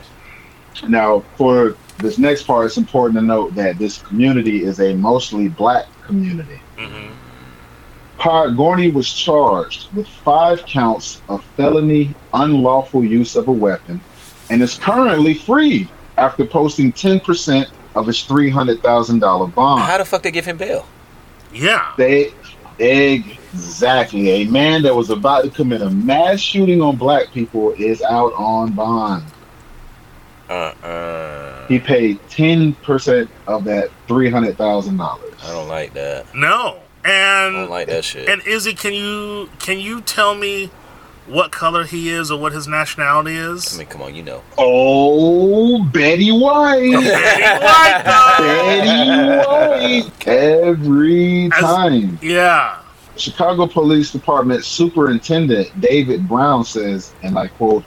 Speaker 4: Now, for this next part, it's important to note that this community is a mostly black community.
Speaker 3: hmm
Speaker 4: Podgorny was charged with five counts of felony unlawful use of a weapon and is currently free after posting 10% of his $300,000
Speaker 2: How
Speaker 4: bond.
Speaker 2: the fuck they give him bail?
Speaker 3: Yeah.
Speaker 4: They, exactly. A man that was about to commit a mass shooting on black people is out on bond.
Speaker 2: Uh, uh,
Speaker 4: He paid 10% of that
Speaker 2: I
Speaker 3: Oh.
Speaker 4: $300,000.
Speaker 2: don't like that.
Speaker 3: No.
Speaker 2: I
Speaker 3: And
Speaker 2: don't like that shit.
Speaker 3: and Izzy, can you can you tell me what color he is or what his nationality
Speaker 2: I
Speaker 3: is?
Speaker 2: mean, come on, you know.
Speaker 4: Oh, Betty White.
Speaker 3: Betty White, though.
Speaker 4: Betty White. Every
Speaker 3: As-
Speaker 4: time.
Speaker 3: yeah.
Speaker 4: Chicago Police Department Superintendent David Brown says, and I quote,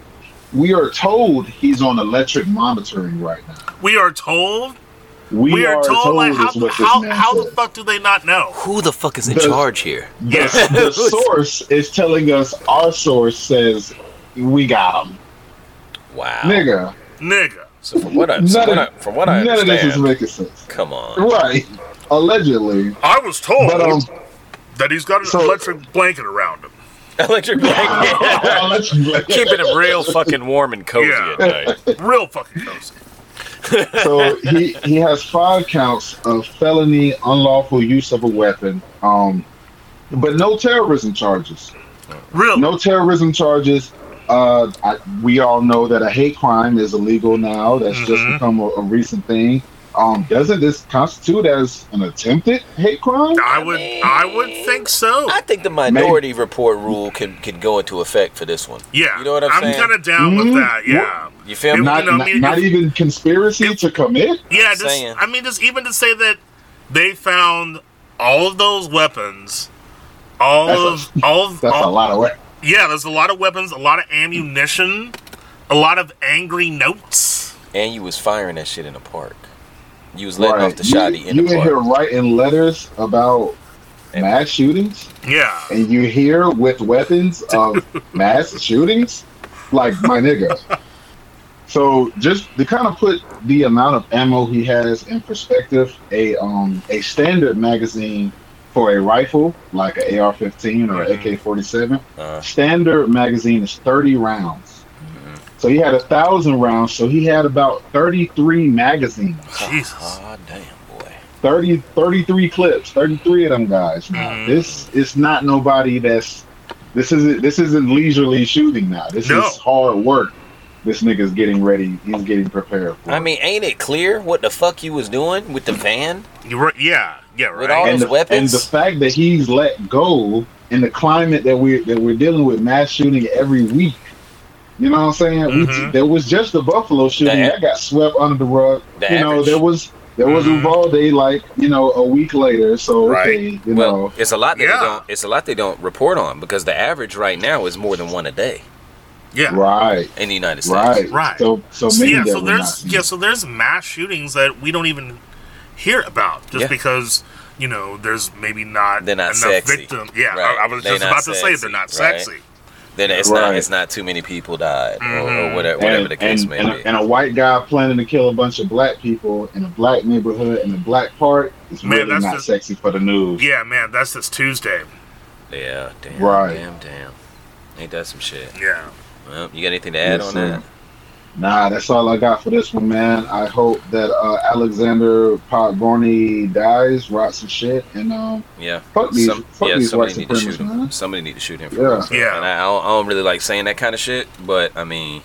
Speaker 4: We are told he's on electric monitoring right now.
Speaker 3: We are told.
Speaker 4: We,
Speaker 3: We are told. like how
Speaker 4: is what this
Speaker 3: how,
Speaker 4: man
Speaker 3: how the
Speaker 4: said.
Speaker 3: fuck do they not know?
Speaker 2: Who the fuck is in
Speaker 4: The-
Speaker 2: charge here?
Speaker 4: The, the source is telling us, our source says, we got him.
Speaker 2: Wow.
Speaker 4: Nigga,
Speaker 3: Nigga.
Speaker 2: So from what I
Speaker 4: None
Speaker 2: from what I,
Speaker 4: of-
Speaker 2: from what I
Speaker 4: none of this is
Speaker 2: understand,
Speaker 4: making sense.
Speaker 2: come on.
Speaker 4: Right. Allegedly.
Speaker 3: I was told
Speaker 4: But, um,
Speaker 3: that he's got an
Speaker 4: so-
Speaker 3: electric blanket around him.
Speaker 2: Electric blanket.
Speaker 4: allegedly.
Speaker 2: Keeping it real fucking warm and cozy
Speaker 3: Yeah.
Speaker 2: at night.
Speaker 3: Real fucking cozy.
Speaker 4: so he he has five counts of felony unlawful use of a weapon, um, but no terrorism charges.
Speaker 3: Real.
Speaker 4: No terrorism charges. Uh, I, we all know that a hate crime is illegal now. That's just
Speaker 3: Mhm.
Speaker 4: become a, a recent thing. Um, doesn't this constitute as an attempted hate crime?
Speaker 3: I would I would think so.
Speaker 2: I think the minority report rule could, could go into effect for this one.
Speaker 3: Yeah.
Speaker 2: You know what I'm saying?
Speaker 3: kind of down with
Speaker 4: Mhm.
Speaker 3: that. Yeah.
Speaker 2: You feel
Speaker 3: It-
Speaker 2: me?
Speaker 4: Not
Speaker 3: you know, I
Speaker 4: not,
Speaker 3: mean,
Speaker 4: not
Speaker 3: if-
Speaker 4: even conspiracy to commit.
Speaker 2: I'm
Speaker 3: Yeah, just
Speaker 2: saying.
Speaker 3: I mean, just even to say that they found all of those weapons, all
Speaker 4: That's
Speaker 3: of all of
Speaker 4: That's a
Speaker 3: all,
Speaker 4: lot of work.
Speaker 3: yeah. There's a lot of weapons, a lot of ammunition, a lot of angry notes.
Speaker 2: And you was firing that shit in the park. You was letting off the
Speaker 4: You,
Speaker 2: shoddy in
Speaker 4: you
Speaker 2: the
Speaker 4: in
Speaker 2: park.
Speaker 4: here writing letters about mass shootings.
Speaker 3: Yeah,
Speaker 4: and you hear with weapons of mass shootings, like my nigga. So just to kind of put the amount of ammo he has in perspective, a um a standard magazine for a rifle like an AR-15 or
Speaker 2: Mm-hmm.
Speaker 4: an AK-47,
Speaker 2: Uh,
Speaker 4: standard magazine is 30 rounds.
Speaker 2: Mm-hmm.
Speaker 4: So he had a thousand rounds, so he had about 33 magazines,
Speaker 3: Jesus.
Speaker 2: oh, damn, boy.
Speaker 4: 30, 33 clips, 33 of them guys. Now
Speaker 3: Mhm.
Speaker 4: this is not nobody that's this isn't this isn't leisurely shooting now. This
Speaker 3: No.
Speaker 4: is hard work. This nigga's getting ready. He's getting prepared for.
Speaker 2: I
Speaker 4: it.
Speaker 2: mean, ain't it clear what the fuck you was doing with the van?
Speaker 3: You were, yeah, yeah,
Speaker 2: With
Speaker 3: right.
Speaker 2: all
Speaker 4: and
Speaker 2: those
Speaker 4: the, and
Speaker 2: weapons?
Speaker 4: the fact that he's let go in the climate that we're that we're dealing with mass shooting every week, You know what I'm saying?
Speaker 3: Mm-hmm.
Speaker 4: We, there was just the Buffalo shooting
Speaker 2: The-
Speaker 4: that got swept under the rug.
Speaker 2: The
Speaker 4: you know,
Speaker 2: average.
Speaker 4: there was there was Uvalde like you know a week later. So okay,
Speaker 3: Mm-hmm. Right.
Speaker 4: you
Speaker 2: well,
Speaker 4: know,
Speaker 2: it's a lot that
Speaker 3: Yeah.
Speaker 2: they don't. It's a lot they don't report on because the average right now is more than one a day
Speaker 3: Yeah.
Speaker 4: right,
Speaker 2: in the United States.
Speaker 4: right,
Speaker 3: Right.
Speaker 4: So so
Speaker 3: So,
Speaker 4: many
Speaker 3: yeah,
Speaker 4: that
Speaker 3: so
Speaker 4: we're not
Speaker 3: there's
Speaker 4: seeing.
Speaker 3: yeah, so there's mass shootings that we don't even hear about just
Speaker 2: Yeah.
Speaker 3: because you know there's maybe not,
Speaker 2: They're not
Speaker 3: enough
Speaker 2: sexy.
Speaker 3: victims. Yeah,
Speaker 2: Right.
Speaker 3: I, I was
Speaker 2: They're
Speaker 3: just
Speaker 2: not
Speaker 3: about to say
Speaker 2: sexy,
Speaker 3: they're not
Speaker 2: right?
Speaker 3: sexy.
Speaker 2: Then it's not.
Speaker 4: Right.
Speaker 2: It's not too many people died or, or
Speaker 3: Mhm.
Speaker 2: whatever,
Speaker 4: And-
Speaker 2: whatever the case
Speaker 4: and,
Speaker 2: may
Speaker 4: and,
Speaker 2: be.
Speaker 4: a, and a white guy planning to kill a bunch of black people in a black neighborhood in a black park is
Speaker 3: Man,
Speaker 4: really
Speaker 3: that's
Speaker 4: not
Speaker 3: just-
Speaker 4: sexy for the news.
Speaker 3: Yeah, man, that's this Tuesday.
Speaker 2: yeah. Damn.
Speaker 4: Right.
Speaker 2: Damn. Damn. Ain't that some shit?
Speaker 3: Yeah.
Speaker 2: Well, you got anything to add
Speaker 4: Yes,
Speaker 2: on
Speaker 4: sir.
Speaker 2: that?
Speaker 4: Nah, that's all I got for this one, man. I hope that uh, Alexander Podgorny dies, rots some shit, and um,
Speaker 2: Yeah.
Speaker 4: fuck these,
Speaker 2: Some,
Speaker 4: fuck
Speaker 2: yeah.
Speaker 4: these white
Speaker 2: Somebody need to shoot
Speaker 4: supremacists,
Speaker 2: him.
Speaker 4: man.
Speaker 2: Somebody need to shoot him. For
Speaker 4: Yeah.
Speaker 2: real.
Speaker 3: Yeah.
Speaker 2: And I don't, I don't really like saying that kind of shit, but I mean,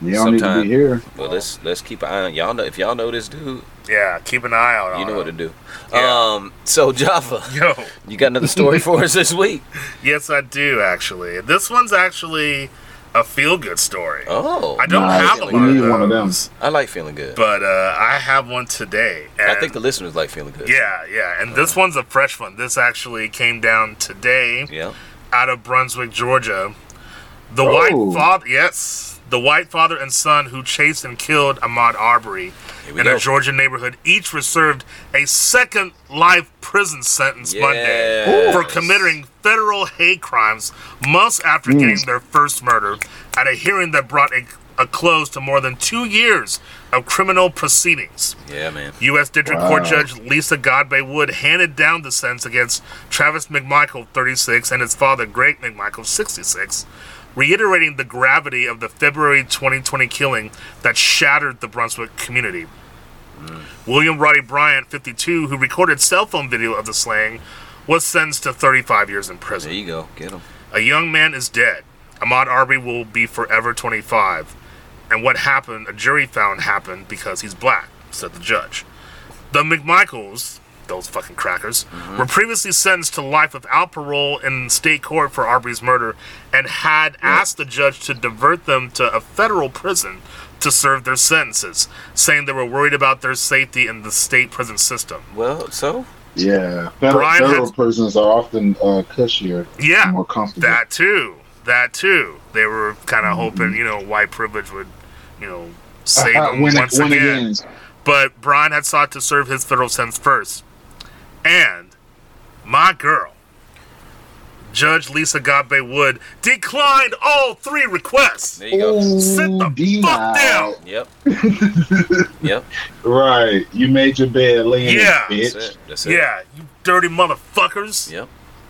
Speaker 4: You don't need to
Speaker 2: Sometime.
Speaker 4: be here.
Speaker 2: well, let's let's keep an eye on y'all. Know if y'all know this dude,
Speaker 3: Yeah, keep an eye out on
Speaker 2: you know what to
Speaker 3: him.
Speaker 2: do.
Speaker 3: Uh, Yeah.
Speaker 2: Um. So Java,
Speaker 3: Yo,
Speaker 2: you got another story for us this week?
Speaker 3: yes, I do actually. This one's actually a feel-good story.
Speaker 2: Oh.
Speaker 3: I don't
Speaker 4: Nice.
Speaker 3: have a
Speaker 4: We
Speaker 3: lot
Speaker 4: need
Speaker 3: of
Speaker 4: one of them.
Speaker 3: those,
Speaker 2: I like feeling good.
Speaker 3: but uh, I have one today.
Speaker 2: I
Speaker 3: and-
Speaker 2: think the listeners like feeling good.
Speaker 3: Yeah, yeah, and this one's a fresh one. This actually came down today
Speaker 2: Yeah.
Speaker 3: out of Brunswick, Georgia. The
Speaker 2: Oh.
Speaker 3: white father, yes, the white father and son who chased and killed Ahmad Arbery
Speaker 2: Here we
Speaker 3: in
Speaker 2: go.
Speaker 3: a Georgia neighborhood each were served a second life prison sentence Monday
Speaker 2: Yes.
Speaker 3: for committing federal hate crimes months
Speaker 2: Hmm.
Speaker 3: after getting their first murder at a hearing that brought a, a close to more than two years of criminal proceedings.
Speaker 2: Yeah, man.
Speaker 3: U.S. District Court
Speaker 4: Wow.
Speaker 3: Judge Lisa Godbey Wood handed down the sentence against Travis McMichael, 36, and his father, Greg McMichael, 66, reiterating the gravity of the February 2020 killing that shattered the Brunswick community. William Roddy Bryant, 52, who recorded cell phone video of the slaying, was sentenced to 35 years in
Speaker 2: There
Speaker 3: prison.
Speaker 2: you go. Get him.
Speaker 3: A young man is dead. Ahmad Arbery will be forever 25. And what happened, a jury found happened because he's black, said the judge. The McMichaels, those fucking crackers, were previously sentenced to life without parole in state court for Arbery's murder and had asked the judge to divert them to a federal prison to serve their sentences, saying they were worried about their safety in the state prison system.
Speaker 2: Well, so
Speaker 4: Yeah, federal,
Speaker 3: Brian
Speaker 4: federal
Speaker 3: has-
Speaker 4: prisons are often uh, cushier,
Speaker 3: Yeah.
Speaker 4: and more comfortable.
Speaker 3: That too. That too. They were kind of hoping, you know, white privilege would, you know, save
Speaker 4: Uh,
Speaker 3: them
Speaker 4: when it,
Speaker 3: once
Speaker 4: when it
Speaker 3: again.
Speaker 4: ends,
Speaker 3: But Brian had sought to serve his federal sentence first. And my girl, Judge Lisa Godbe Wood, declined all three requests.
Speaker 2: there you go.
Speaker 4: Oh.
Speaker 3: Sit the fuck
Speaker 4: denied.
Speaker 3: down.
Speaker 2: Yep. yep.
Speaker 4: Right, you made your bed, laying
Speaker 3: Yeah.
Speaker 4: in it,
Speaker 2: That's
Speaker 4: bitch.
Speaker 2: it. That's it.
Speaker 3: Yeah, you dirty motherfuckers.
Speaker 2: Yep.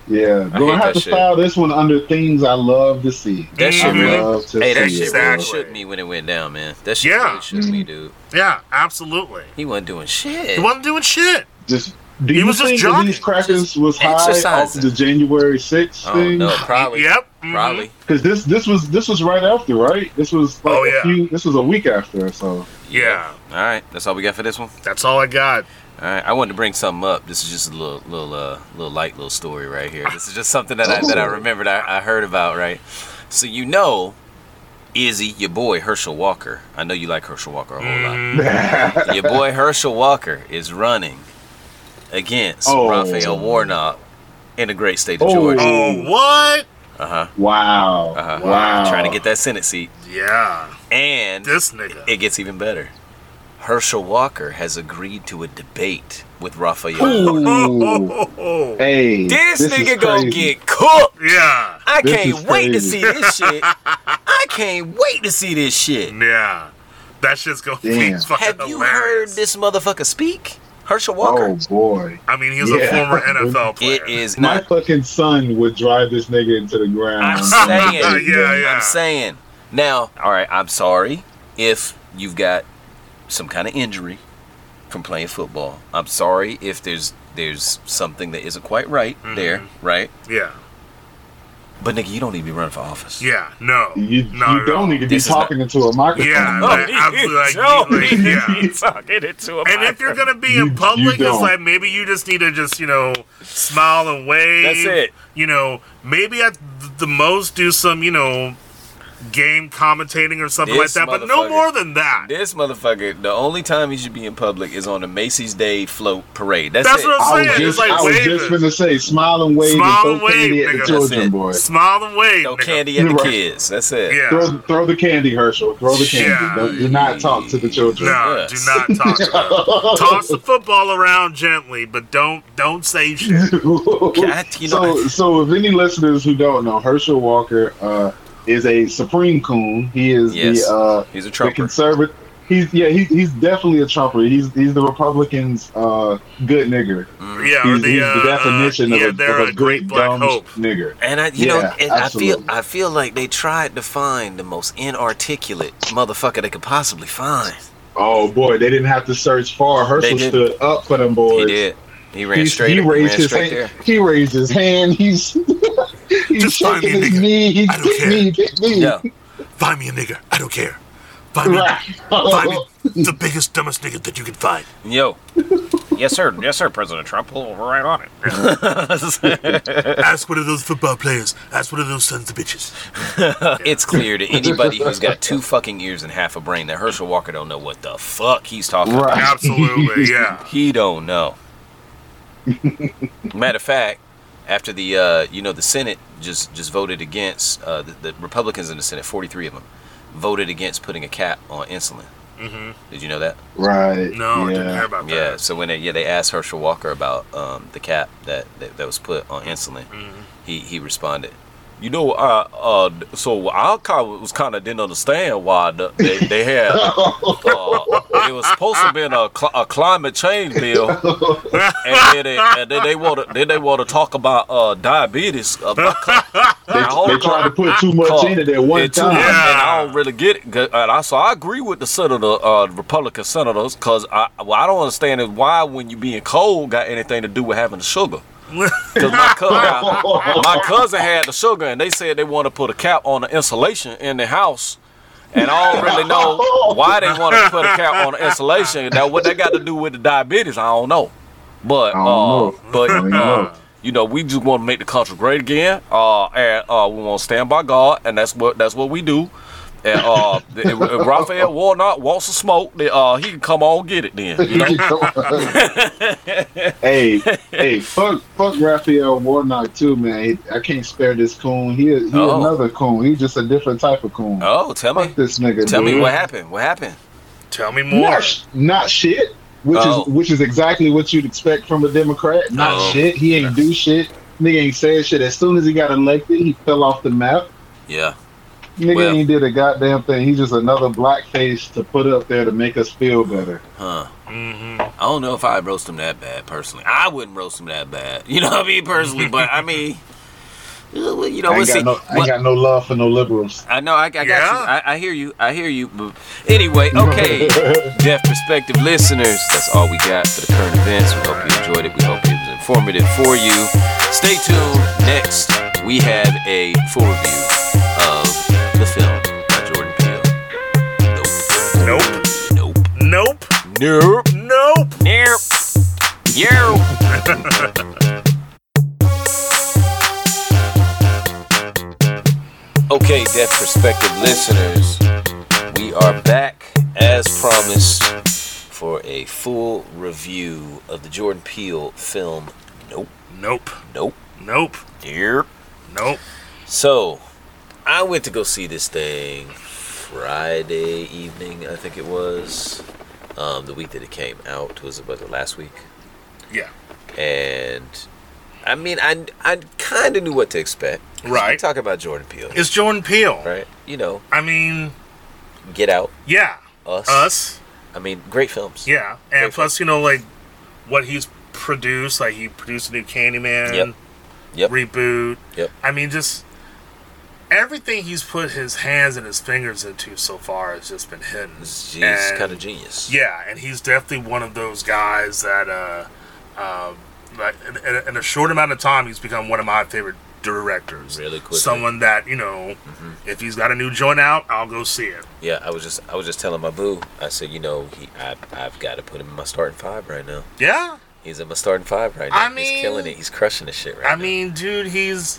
Speaker 4: Yeah,
Speaker 2: I
Speaker 4: gonna
Speaker 2: hate
Speaker 4: have
Speaker 2: that
Speaker 4: to
Speaker 2: shit.
Speaker 4: file this one under things I love to see.
Speaker 2: That shit
Speaker 4: I
Speaker 3: really-
Speaker 4: love to
Speaker 2: Hey, that
Speaker 4: see
Speaker 2: shit really
Speaker 4: it, bro.
Speaker 3: Exactly.
Speaker 2: shook me when it went down, man. That shit
Speaker 3: Yeah.
Speaker 2: really shook me, dude.
Speaker 3: Yeah, absolutely.
Speaker 2: He wasn't doing shit.
Speaker 3: He wasn't doing shit.
Speaker 4: Just do
Speaker 3: He
Speaker 4: you
Speaker 3: was just
Speaker 4: think that
Speaker 3: jogging,
Speaker 4: these crackers
Speaker 2: just
Speaker 4: was high off
Speaker 2: exercising.
Speaker 4: of the January sixth
Speaker 2: oh
Speaker 4: thing?
Speaker 2: no, probably.
Speaker 3: Yep. mhm.
Speaker 2: Probably.
Speaker 4: Because this this was this was right after, right? This was like
Speaker 3: Oh,
Speaker 4: a
Speaker 3: yeah.
Speaker 4: few, this was a week after, so
Speaker 3: Yeah,
Speaker 2: All right, that's all we got for this one.
Speaker 3: that's all I got.
Speaker 2: All right, I wanted to bring something up. This is just a little, little, uh, little light, little story right here. This is just something that I that
Speaker 4: Oh.
Speaker 2: I remembered, I, I heard about, right? So you know, Izzy, your boy Herschel Walker. I know you like Herschel Walker a whole
Speaker 3: Mm-hmm.
Speaker 2: lot. your boy Herschel Walker is running against
Speaker 4: Oh.
Speaker 2: Raphael Warnock in the great state of
Speaker 4: Oh.
Speaker 2: Georgia.
Speaker 3: Oh, what?
Speaker 2: Uh huh.
Speaker 4: wow,
Speaker 2: Uh huh.
Speaker 4: wow,
Speaker 2: Trying to get that Senate seat,
Speaker 3: Yeah,
Speaker 2: and
Speaker 3: this nigga.
Speaker 2: it gets even better. Herschel Walker has agreed to a debate with Raphael.
Speaker 4: Ooh.
Speaker 3: Oh,
Speaker 4: hey,
Speaker 2: This,
Speaker 4: this is
Speaker 2: nigga gonna
Speaker 4: crazy.
Speaker 2: get cooked.
Speaker 3: yeah,
Speaker 2: I
Speaker 4: This
Speaker 2: can't
Speaker 4: is
Speaker 2: wait to
Speaker 4: crazy.
Speaker 2: see this shit. I can't wait to see this shit.
Speaker 3: yeah. That shit's gonna be
Speaker 4: Damn.
Speaker 3: fucking
Speaker 2: Have you heard
Speaker 3: hilarious.
Speaker 2: this motherfucker speak? Herschel Walker.
Speaker 4: Oh boy,
Speaker 3: I mean, he's a
Speaker 4: Yeah.
Speaker 3: former NFL player.
Speaker 2: it is
Speaker 4: my
Speaker 2: not.
Speaker 4: fucking son would drive this nigga into the ground.
Speaker 2: I'm saying.
Speaker 3: Yeah, yeah.
Speaker 2: I'm saying. Now, all right. I'm sorry if you've got some kind of injury from playing football. I'm sorry if there's there's something that isn't quite right
Speaker 3: Mm-hmm.
Speaker 2: there, right?
Speaker 3: Yeah,
Speaker 2: But nigga, you don't need to be running for office.
Speaker 3: yeah. No,
Speaker 4: You,
Speaker 3: no,
Speaker 4: you don't need to be
Speaker 2: This is
Speaker 4: talking into a microphone.
Speaker 3: Yeah,
Speaker 2: Oh,
Speaker 3: like,
Speaker 4: man.
Speaker 3: absolutely. Like, like, yeah.
Speaker 2: talking into a
Speaker 3: And if you're gonna be
Speaker 4: You-
Speaker 3: in public,
Speaker 4: you
Speaker 3: it's
Speaker 4: don't.
Speaker 3: like maybe you just need to just you know smile and wave.
Speaker 2: That's it.
Speaker 3: You know, maybe at th- the most do some you know game commentating or something
Speaker 2: This
Speaker 3: like that, but no
Speaker 2: motherfucker.
Speaker 3: more than that.
Speaker 2: This motherfucker, the only time he should be in public is on the Macy's Day float parade. That's,
Speaker 3: That's
Speaker 2: it.
Speaker 3: what I'm
Speaker 4: I
Speaker 3: saying.
Speaker 4: was
Speaker 3: It's
Speaker 4: just,
Speaker 3: like
Speaker 4: I was
Speaker 3: waving.
Speaker 4: just gonna say, smile and wave,
Speaker 3: Smile and
Speaker 4: and throw
Speaker 3: wave,
Speaker 4: candy at
Speaker 3: nigga.
Speaker 4: the
Speaker 3: That's
Speaker 4: children,
Speaker 2: it.
Speaker 4: boy.
Speaker 3: Smile and wave.
Speaker 2: Throw
Speaker 3: nigga.
Speaker 2: candy at the
Speaker 4: Right.
Speaker 2: kids. That's it.
Speaker 3: Yeah.
Speaker 4: Throw, throw the candy, Herschel. Throw the candy.
Speaker 3: Yeah.
Speaker 4: Don't- Do not talk to the children.
Speaker 3: No,
Speaker 2: Yes.
Speaker 3: do not talk to them. Toss the football around gently, but don't don't say shit.
Speaker 2: God, you know-
Speaker 4: so, so if any listeners who don't know, Herschel Walker uh, is a supreme coon. He is
Speaker 2: Yes.
Speaker 4: the uh,
Speaker 2: He's a
Speaker 4: the
Speaker 2: trumper.
Speaker 4: conservative. He's yeah. He, he's definitely a trumper. He's he's the Republicans' uh, good nigger.
Speaker 3: Yeah, or
Speaker 4: he's,
Speaker 3: the,
Speaker 4: he's
Speaker 3: uh,
Speaker 4: the definition
Speaker 3: uh,
Speaker 4: of,
Speaker 3: yeah,
Speaker 4: a,
Speaker 3: they're
Speaker 4: of a,
Speaker 3: great
Speaker 4: great
Speaker 3: black
Speaker 4: dumb
Speaker 3: hope.
Speaker 4: nigger.
Speaker 2: And I, you know,
Speaker 4: Yeah,
Speaker 2: and I feel,
Speaker 4: absolutely.
Speaker 2: I feel like they tried to find the most inarticulate motherfucker they could possibly find.
Speaker 4: Oh boy, they didn't have to search far. Herschel
Speaker 2: didn't.
Speaker 4: stood up for them boys.
Speaker 2: He did. He ran
Speaker 4: He,
Speaker 2: straight.
Speaker 4: he
Speaker 2: he
Speaker 4: raised
Speaker 2: ran
Speaker 4: his
Speaker 2: straight
Speaker 4: hand.
Speaker 2: there.
Speaker 4: He raised his hand. He's he's
Speaker 5: Just find
Speaker 4: shaking
Speaker 5: me a
Speaker 4: his
Speaker 5: nigga.
Speaker 4: knee. He's
Speaker 5: I don't
Speaker 4: hit
Speaker 5: care.
Speaker 4: me, hit me.
Speaker 2: Yeah.
Speaker 5: Find me a nigger. I don't care. Find me, find me the biggest, dumbest nigger that you can find.
Speaker 2: Yo. yes, sir. Yes, sir, President Trump. We're right on it.
Speaker 5: Ask one of those football players. Ask one of those sons of bitches.
Speaker 2: it's clear to anybody who's got two fucking ears and half a brain that Herschel Walker don't know what the fuck he's talking about.
Speaker 4: Right.
Speaker 3: Absolutely, yeah.
Speaker 2: He don't know. Matter of fact, after the uh, you know the Senate just just voted against uh, the, the Republicans in the Senate, forty three of them voted against putting a cap on insulin. Did you know that?
Speaker 4: Right.
Speaker 3: Mm-hmm. No, I didn't hear
Speaker 4: Yeah.
Speaker 3: about that.
Speaker 2: Yeah. So when they yeah they asked Herschel Walker about um, the cap that, that that was put on insulin,
Speaker 3: Mm-hmm.
Speaker 2: he he responded. You know, I uh, so I kind of was kind of didn't understand why the, they they had uh, it was supposed to be a, cl- a climate change bill, and then they, and then they want to then they want to talk about uh, diabetes. About
Speaker 4: They, they tried to put too much in it at one
Speaker 2: and two-
Speaker 4: time.
Speaker 3: Yeah.
Speaker 2: And I don't really get it. 'cause- uh, And I, so I agree with the senator, uh, Republican senators, because I, what I don't understand is why when you being cold got anything to do with having the sugar. Because my, cou- my- my cousin had the sugar, and they said they want to put a cap on the insulation in the house. And I don't really know why they want to put a cap on the insulation. Now, what they got to do with the diabetes, I don't know. But,
Speaker 4: I don't
Speaker 2: uh,
Speaker 4: know.
Speaker 2: but
Speaker 4: I don't
Speaker 2: uh,
Speaker 4: know.
Speaker 2: you know, we just want to make the country great again, uh, and uh, we want to stand by God, and that's what that's what we do. And uh, if, if Raphael Warnock wants to smoke, then, uh, he can come on get it then. You know?
Speaker 4: hey, hey, fuck, fuck Raphael Warnock too, man. I can't spare this coon. He, he
Speaker 2: Oh.
Speaker 4: another coon. He's just a different type of coon.
Speaker 2: Oh, tell me,
Speaker 4: Fuck this nigga.
Speaker 2: tell
Speaker 4: dude.
Speaker 2: me what happened. What happened?
Speaker 3: Tell me more.
Speaker 4: Not, sh- not shit. Which
Speaker 2: Oh.
Speaker 4: is which is exactly what you'd expect from a Democrat. Not
Speaker 2: Oh.
Speaker 4: shit. He ain't do shit. Nigga ain't said shit. As soon as he got elected, he fell off the map.
Speaker 2: Yeah,
Speaker 4: Nigga
Speaker 2: Well.
Speaker 4: ain't did a goddamn thing. He's just another blackface to put up there to make us feel better.
Speaker 2: huh?
Speaker 3: Mm-hmm.
Speaker 2: I don't know if I'd roast him that bad personally. I wouldn't roast him that bad. You know what I mean, personally. But I mean, you know,
Speaker 4: I
Speaker 2: we'll
Speaker 4: ain't,
Speaker 2: see.
Speaker 4: got no, I
Speaker 2: What-
Speaker 4: ain't got no love for no liberals.
Speaker 2: I know. I, I got
Speaker 3: Yeah.
Speaker 2: you. I, I hear you. I hear you. But anyway, okay. Deaf prospective listeners, that's all we got for the current events. We hope you enjoyed it. We hope it was informative for you. Stay tuned. Next, we have a full review of the film by Jordan Peele.
Speaker 3: Nope.
Speaker 2: Nope.
Speaker 3: Nope.
Speaker 2: Nope.
Speaker 3: Nope.
Speaker 2: Nope. Nope. Okay, Deaf Perspective listeners, we are back as promised for a full review of the Jordan Peele film Nope,
Speaker 3: Nope.
Speaker 2: Nope,
Speaker 3: Nope.
Speaker 2: Dear.
Speaker 3: Nope.
Speaker 2: So, I went to go see this thing Friday evening, I think it was. Um, the week that it came out was about the last week.
Speaker 3: Yeah.
Speaker 2: And I mean, I, I kind of knew what to expect. We
Speaker 3: Right.
Speaker 2: talk about Jordan Peele,
Speaker 3: It's Jordan Peele.
Speaker 2: right? You know,
Speaker 3: I mean,
Speaker 2: Get Out,
Speaker 3: yeah.
Speaker 2: Us.
Speaker 3: Us.
Speaker 2: I mean, great films.
Speaker 3: Yeah.
Speaker 2: Very
Speaker 3: And plus, you know, like what he's produced, like he produced a new Candyman
Speaker 2: Yep. Yep.
Speaker 3: reboot.
Speaker 2: Yep.
Speaker 3: I mean, just everything he's put his hands and his fingers into so far has just been hidden.
Speaker 2: He's
Speaker 3: And-
Speaker 2: kind of genius.
Speaker 3: Yeah, and he's definitely one of those guys that, uh, um, like in, in, in a short amount of time, he's become one of my favorite directors.
Speaker 2: Really quickly. Mm-hmm.
Speaker 3: Someone that you know, if he's got a new joint out, I'll go see it.
Speaker 2: Yeah, I was just I was just telling my boo. I said, you know, he I I've got to put him in my starting five right now.
Speaker 3: Yeah,
Speaker 2: He's in my starting five right now.
Speaker 3: I
Speaker 2: he's killing
Speaker 3: mean-
Speaker 2: it. He's crushing the shit right
Speaker 3: I
Speaker 2: now.
Speaker 3: mean, dude, he's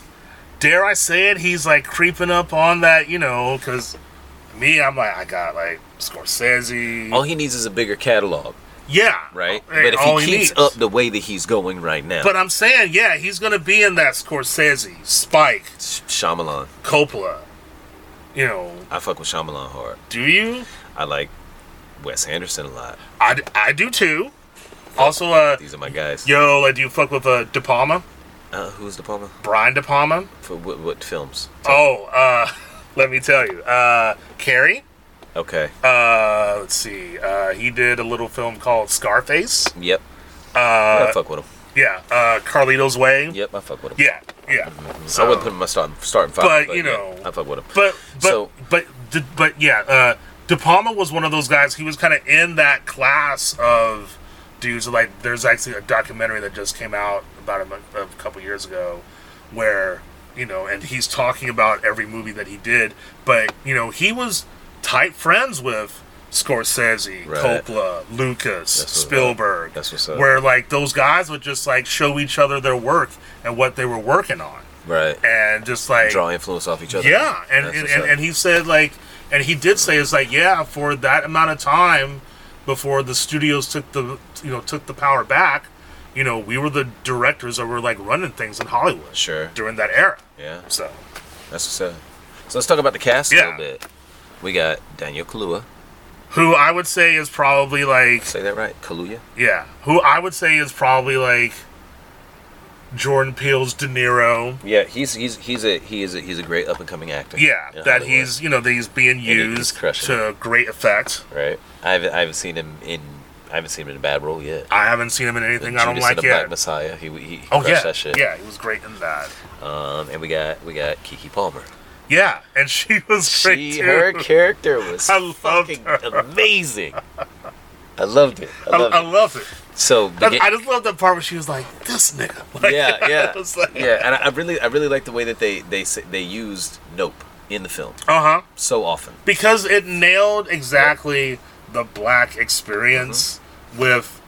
Speaker 3: dare I say it, he's like creeping up on that, you know, because me, I'm like, I got like Scorsese.
Speaker 2: All he needs is a bigger catalog,
Speaker 3: yeah.
Speaker 2: Oh, right?
Speaker 3: Oh, Hey,
Speaker 2: but if
Speaker 3: all
Speaker 2: he keeps
Speaker 3: needs.
Speaker 2: up the way that he's going right now,
Speaker 3: But I'm saying, yeah, he's going to be in that Scorsese, Spike,
Speaker 2: Sh- Shyamalan,
Speaker 3: Coppola. You know,
Speaker 2: I fuck with Shyamalan hard.
Speaker 3: do you?
Speaker 2: I like Wes Anderson a lot.
Speaker 3: I, d- I do too. Also, uh,
Speaker 2: These are my guys.
Speaker 3: yo, like, do you fuck with uh, De Palma?
Speaker 2: Uh, who's the Palmer?
Speaker 3: Brian De Palma?
Speaker 2: For what, what films?
Speaker 3: Oh, uh, let me tell you. Uh, Carrie.
Speaker 2: Okay.
Speaker 3: Uh, let's see. Uh, he did a little film called Scarface.
Speaker 2: Yep. I
Speaker 3: Uh,
Speaker 2: fuck with him.
Speaker 3: yeah. Uh, Carlito's Way.
Speaker 2: Yep, I fuck with him.
Speaker 3: Yeah. Yeah.
Speaker 2: I wouldn't put him in my start, starting five.
Speaker 3: but, you know,
Speaker 2: yeah, I fuck with him.
Speaker 3: But but
Speaker 2: So-
Speaker 3: but d- but yeah, uh, De Palma was one of those guys. He was kind of in that class of dudes. Like, there's actually a documentary that just came out about a, month- a couple years ago, where you know, and he's talking about every movie that he did. But you know, he was tight friends with. Scorsese,
Speaker 2: Right.
Speaker 3: Coppola, Lucas,
Speaker 2: That's what's up.
Speaker 3: Spielberg.
Speaker 2: That's what's up.
Speaker 3: Where like those guys would just like show each other their work and what they were working on,
Speaker 2: right.
Speaker 3: and just like
Speaker 2: Draw influence off each other.
Speaker 3: yeah, and
Speaker 2: That's
Speaker 3: and,
Speaker 2: what's
Speaker 3: and,
Speaker 2: up.
Speaker 3: and he said like, and he did say it's like yeah, for that amount of time before the studios took the you know took the power back, you know we were the directors that were like running things in Hollywood
Speaker 2: Sure.
Speaker 3: during that era.
Speaker 2: Yeah.
Speaker 3: So
Speaker 2: That's what's up. So let's talk about the cast a little
Speaker 3: Yeah.
Speaker 2: bit. We got Daniel Kaluuya.
Speaker 3: who I would say is probably like
Speaker 2: Say that right? Kaluuya.
Speaker 3: yeah, who I would say is probably like Jordan Peele's De Niro.
Speaker 2: Yeah, he's he's he's a he is a, he's a great up and coming actor.
Speaker 3: Yeah,
Speaker 2: in
Speaker 3: that
Speaker 2: Hollywood,
Speaker 3: he's you know that he's being
Speaker 2: he- he's
Speaker 3: used
Speaker 2: crushing
Speaker 3: to great effect.
Speaker 2: right. I haven't I haven't seen him in I haven't seen him in a bad role yet.
Speaker 3: I haven't seen him in anything I don't
Speaker 2: Judas and
Speaker 3: like
Speaker 2: the Black
Speaker 3: yet.
Speaker 2: Messiah. He he he
Speaker 3: Oh
Speaker 2: crushed
Speaker 3: yeah,
Speaker 2: that shit.
Speaker 3: yeah, he was great in that.
Speaker 2: Um, and we got we got Kiki Palmer.
Speaker 3: Yeah, and she was great
Speaker 2: She
Speaker 3: too.
Speaker 2: her character was
Speaker 3: I loved
Speaker 2: fucking
Speaker 3: her.
Speaker 2: amazing. I loved it. I
Speaker 3: I,
Speaker 2: loved
Speaker 3: I
Speaker 2: it.
Speaker 3: love it.
Speaker 2: So the
Speaker 3: I,
Speaker 2: ga-
Speaker 3: I just love that part where she was like, "This nigga." Like,
Speaker 2: yeah, yeah,
Speaker 3: I was like,
Speaker 2: yeah. And I, I really, I really like the way that they they s- they used Nope in the film
Speaker 3: Uh huh.
Speaker 2: so often.
Speaker 3: Because it nailed exactly the black experience
Speaker 2: Mm-hmm.
Speaker 3: with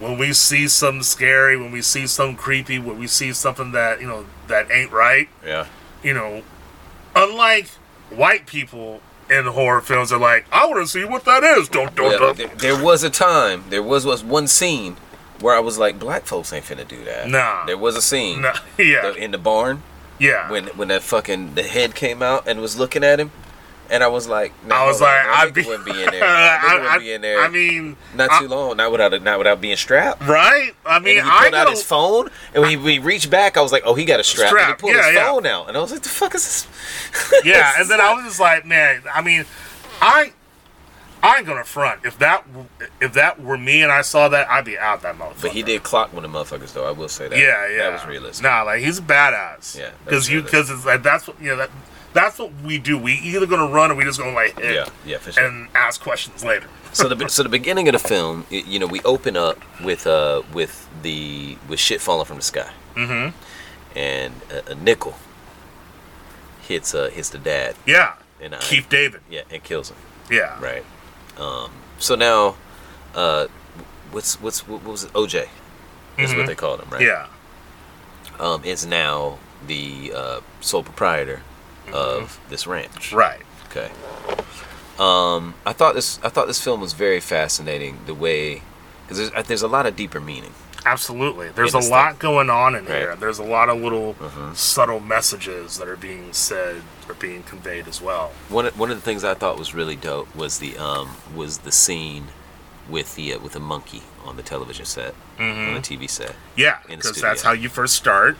Speaker 3: when we see something scary, when we see something creepy, when we see something that you know that ain't right.
Speaker 2: Yeah,
Speaker 3: You know, unlike white people in horror films, are like, "I want to see what that is." Don't
Speaker 2: yeah
Speaker 3: don't
Speaker 2: there,
Speaker 3: don't.
Speaker 2: there was a time, there was was one scene where I was like, black folks ain't finna do that.
Speaker 3: Nah.
Speaker 2: there was a scene
Speaker 3: No, yeah,
Speaker 2: the- in the barn
Speaker 3: yeah.
Speaker 2: when when that fucking the head came out and was looking at him, and I was like, nah,
Speaker 3: I was
Speaker 2: hold on,
Speaker 3: like,
Speaker 2: that
Speaker 3: I'd
Speaker 2: nigga
Speaker 3: be,
Speaker 2: wouldn't be in there. That nigga
Speaker 3: I,
Speaker 2: wouldn't
Speaker 3: I-
Speaker 2: be in there.
Speaker 3: I mean,
Speaker 2: not
Speaker 3: I-
Speaker 2: too long, not without a, not without being strapped.
Speaker 3: right? I mean,
Speaker 2: and he
Speaker 3: I
Speaker 2: pulled out
Speaker 3: know.
Speaker 2: his phone, and when he, when he reached back, I was like, "Oh, he got a strap." And
Speaker 3: Strap,
Speaker 2: he pulled
Speaker 3: yeah,
Speaker 2: his
Speaker 3: yeah.
Speaker 2: phone out, and I was like, "The fuck is this?"
Speaker 3: Yeah, and then I was just like, man. I mean, I, I ain't gonna front. If that, if that were me and I saw that, I'd be out that motherfucker.
Speaker 2: But he did clock one of the motherfuckers, though. I will say that.
Speaker 3: Yeah, yeah.
Speaker 2: That was realistic.
Speaker 3: Nah, like he's a badass.
Speaker 2: Yeah, that was
Speaker 3: because you because it's like that's what you know that that's what we do. We either gonna run or we just gonna like hit
Speaker 2: Yeah, yeah, for sure.
Speaker 3: and ask questions later.
Speaker 2: so the so the beginning of the film, it, you know, we open up with uh with the with shit falling from the sky, mm-hmm. and a, a nickel hits uh hits the dad,
Speaker 3: Yeah,
Speaker 2: and I,
Speaker 3: Keith David.
Speaker 2: yeah, and kills him.
Speaker 3: Yeah,
Speaker 2: Right. Um. So now, uh, what's what's what was it? OJ is what they called him, right?
Speaker 3: yeah,
Speaker 2: um, is now the uh, sole proprietor of this ranch.
Speaker 3: right.
Speaker 2: Okay. Um, I thought this I thought this film was very fascinating. The way because there's, uh, there's a lot of deeper meaning.
Speaker 3: Absolutely. There's a
Speaker 2: Interesting.
Speaker 3: lot going on in here.
Speaker 2: Right. Mm-hmm.
Speaker 3: There's a lot of little subtle messages that are being said or being conveyed as well.
Speaker 2: One of- one of the things I thought was really dope was the um, was the scene with the uh, with a monkey on the television set on the TV set
Speaker 3: Yeah,
Speaker 2: In the
Speaker 3: because
Speaker 2: studio.
Speaker 3: that's how you first start.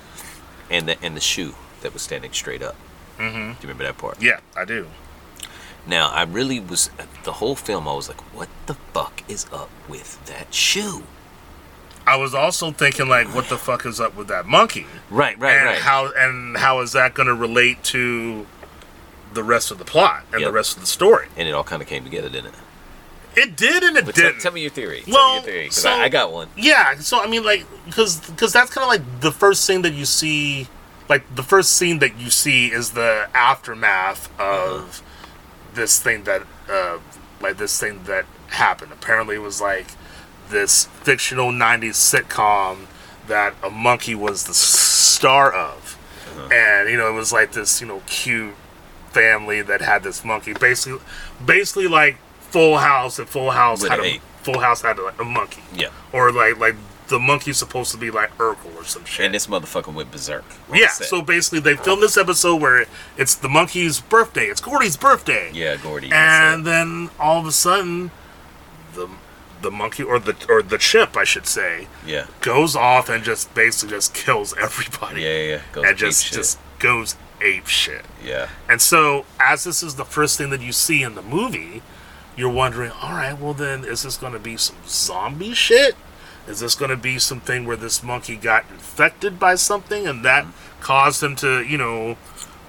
Speaker 2: and the and the shoe that was standing straight up. Mm-hmm. Do you remember that part?
Speaker 3: Yeah, I do.
Speaker 2: Now, I really was the whole film. I was like, "What the fuck is up with that shoe?"
Speaker 3: I was also thinking like, what the fuck is up with that monkey?
Speaker 2: Right, right,
Speaker 3: and
Speaker 2: right.
Speaker 3: how and how is that going to relate to the rest of the plot and
Speaker 2: Yep.
Speaker 3: the rest of the story?
Speaker 2: and it all kind of came together, didn't it?
Speaker 3: It did and it
Speaker 2: But tell,
Speaker 3: didn't.
Speaker 2: tell me your theory. tell me
Speaker 3: Well,
Speaker 2: your theory, 'cause
Speaker 3: so-
Speaker 2: I, I got one.
Speaker 3: Yeah, so I mean, like, because because that's kind of like the first thing that you see, like the first scene that you see is the aftermath of this thing that, uh, like this thing that happened. Apparently, it was like this fictional '90s sitcom that a monkey was the star of,
Speaker 2: Uh-huh.
Speaker 3: and you know it was like this you know cute family that had this monkey basically basically like full house and full house
Speaker 2: With
Speaker 3: had
Speaker 2: an
Speaker 3: a
Speaker 2: ape.
Speaker 3: full house had like a monkey
Speaker 2: Yeah.
Speaker 3: or like like the monkey's supposed to be like urkel or some shit
Speaker 2: And this motherfucker went berserk. Like I
Speaker 3: yeah
Speaker 2: said.
Speaker 3: so basically they filmed this episode where it's the monkey's birthday it's gordy's birthday
Speaker 2: yeah, Gordy.
Speaker 3: and then all of a sudden the the monkey or the or the chip i should say
Speaker 2: yeah,
Speaker 3: goes off and just basically just kills everybody
Speaker 2: yeah, yeah, yeah. Goes
Speaker 3: and
Speaker 2: ape
Speaker 3: just
Speaker 2: shit.
Speaker 3: just goes ape shit.
Speaker 2: yeah,
Speaker 3: And so, as this is the first thing that you see in the movie, you're wondering, all right, well then, is this going to be some zombie shit? Is this going to be something where this monkey got infected by something and that caused him to, you know,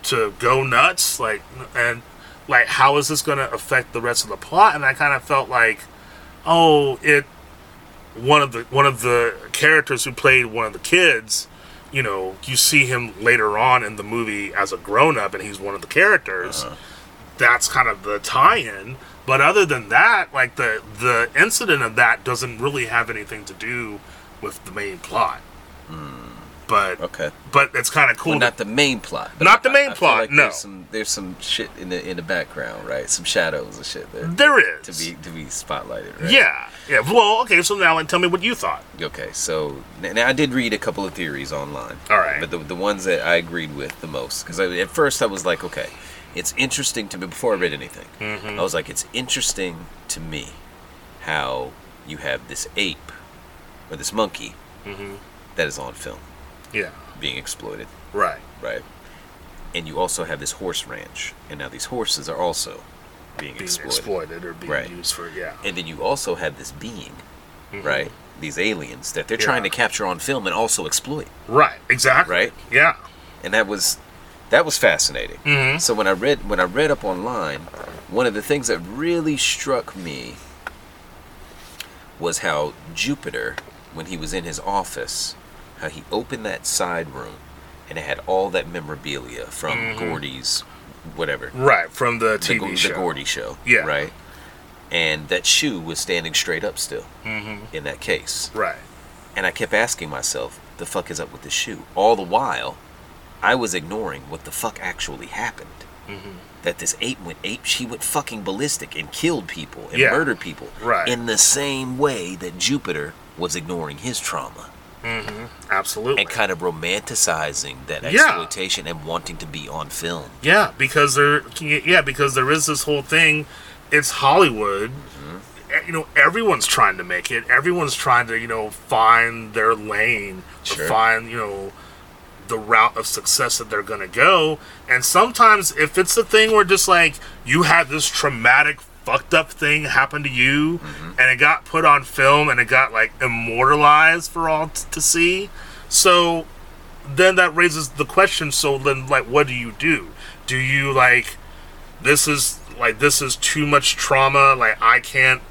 Speaker 3: to go nuts? Like, and like, how is this going to affect the rest of the plot? And I kind of felt like, oh, it. One of the one of the characters who played one of the kids, you know, you see him later on in the movie as a grown up, and he's one of the characters.
Speaker 2: Uh-huh.
Speaker 3: That's kind of the tie-in. But other than that, like the the incident of that doesn't really have anything to do with the main plot. But
Speaker 2: okay.
Speaker 3: but it's kind of cool.
Speaker 2: Hmm. Oh. Well,
Speaker 3: to-
Speaker 2: not the main plot. but
Speaker 3: Not the
Speaker 2: I-
Speaker 3: main
Speaker 2: I feel
Speaker 3: plot,
Speaker 2: like
Speaker 3: no.
Speaker 2: There's some, there's some shit in the in the background, right? Some shadows and shit there
Speaker 3: there is.
Speaker 2: to be to be spotlighted, right?
Speaker 3: Yeah. Yeah. Well, okay. So now, like, tell me what you thought.
Speaker 2: Okay, so n- now I did read a couple of theories online.
Speaker 3: All right.
Speaker 2: But the, the ones that I agreed with the most, because at first I was like, okay, it's interesting to me, before I read anything, I was like, it's interesting to me how you have this ape or this monkey Mm-hmm. that is on film
Speaker 3: Yeah.
Speaker 2: being exploited,
Speaker 3: Right.
Speaker 2: right? And you also have this horse ranch, and now these horses are also being,
Speaker 3: Being exploited,
Speaker 2: exploited
Speaker 3: or being
Speaker 2: Right.
Speaker 3: used for yeah.
Speaker 2: and then you also have this being, right? These aliens that they're trying to
Speaker 3: Yeah.
Speaker 2: capture on film and also exploit,
Speaker 3: Right. Exactly.
Speaker 2: right?
Speaker 3: Yeah.
Speaker 2: And that was that was fascinating.
Speaker 3: Mm-hmm.
Speaker 2: So when I read when I read up online, one of the things that really struck me was how Jupiter, when he was in his office, how he opened that side room and it had all that memorabilia from
Speaker 3: Mm-hmm.
Speaker 2: Gordy's whatever
Speaker 3: Right. From the
Speaker 2: the,
Speaker 3: TV
Speaker 2: Go- the
Speaker 3: Mm-hmm. show.
Speaker 2: Gordy show.
Speaker 3: Yeah.
Speaker 2: Right. And that shoe was standing straight up still
Speaker 3: Mm-hmm.
Speaker 2: in that case.
Speaker 3: Right.
Speaker 2: And I kept asking myself, the fuck is up with this shoe? All the while, I was ignoring what the fuck actually happened.
Speaker 3: Mm-hmm.
Speaker 2: That this ape went ape, she went fucking ballistic and killed people and
Speaker 3: Yeah.
Speaker 2: murdered people.
Speaker 3: Right.
Speaker 2: In the same way that Jupiter was ignoring his trauma
Speaker 3: Absolutely.
Speaker 2: and kind of romanticizing that
Speaker 3: Yeah.
Speaker 2: exploitation and wanting to be on film.
Speaker 3: Yeah, because there. Yeah, because there is this whole thing. It's Hollywood. Eh, You know, everyone's trying to make it. Everyone's trying to you know find their lane, to
Speaker 2: Sure.
Speaker 3: find you know the route of success that they're gonna go. And sometimes, if it's a thing where just like you had this traumatic, fucked up thing happen to you, and it got put on film and it got like immortalized for all t- to see, so then that raises the question so then like what do you do do you like this is like this is too much trauma like i can't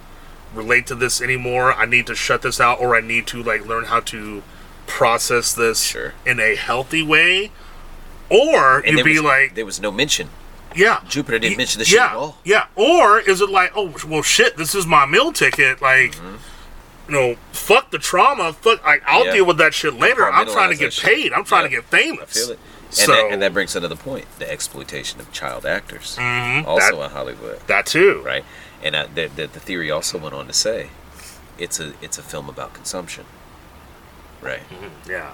Speaker 3: relate to this anymore i need to shut this out or i need to like learn how to process this
Speaker 2: Sure.
Speaker 3: in a healthy way or
Speaker 2: And
Speaker 3: you'd
Speaker 2: there
Speaker 3: be
Speaker 2: was-
Speaker 3: like
Speaker 2: there was no mention
Speaker 3: yeah.
Speaker 2: Jupiter didn't
Speaker 3: Y-
Speaker 2: mention the
Speaker 3: yeah,
Speaker 2: shit at all.
Speaker 3: Yeah. Or is it like, oh well shit, this is my meal ticket, like you know, fuck the trauma, fuck like I'll
Speaker 2: Mm-hmm. Yeah.
Speaker 3: deal with that shit later. I'm trying to
Speaker 2: Compartmentalize
Speaker 3: get
Speaker 2: that
Speaker 3: paid.
Speaker 2: shit.
Speaker 3: I'm trying
Speaker 2: Yeah.
Speaker 3: to get famous.
Speaker 2: feel it. And,
Speaker 3: So
Speaker 2: that, and that brings another point: the exploitation of child actors, also in Hollywood,
Speaker 3: Mm-hmm. that too.
Speaker 2: right? And I, the, the the theory also went on to say, it's a it's a film about consumption, right?
Speaker 3: Mm-hmm. Yeah.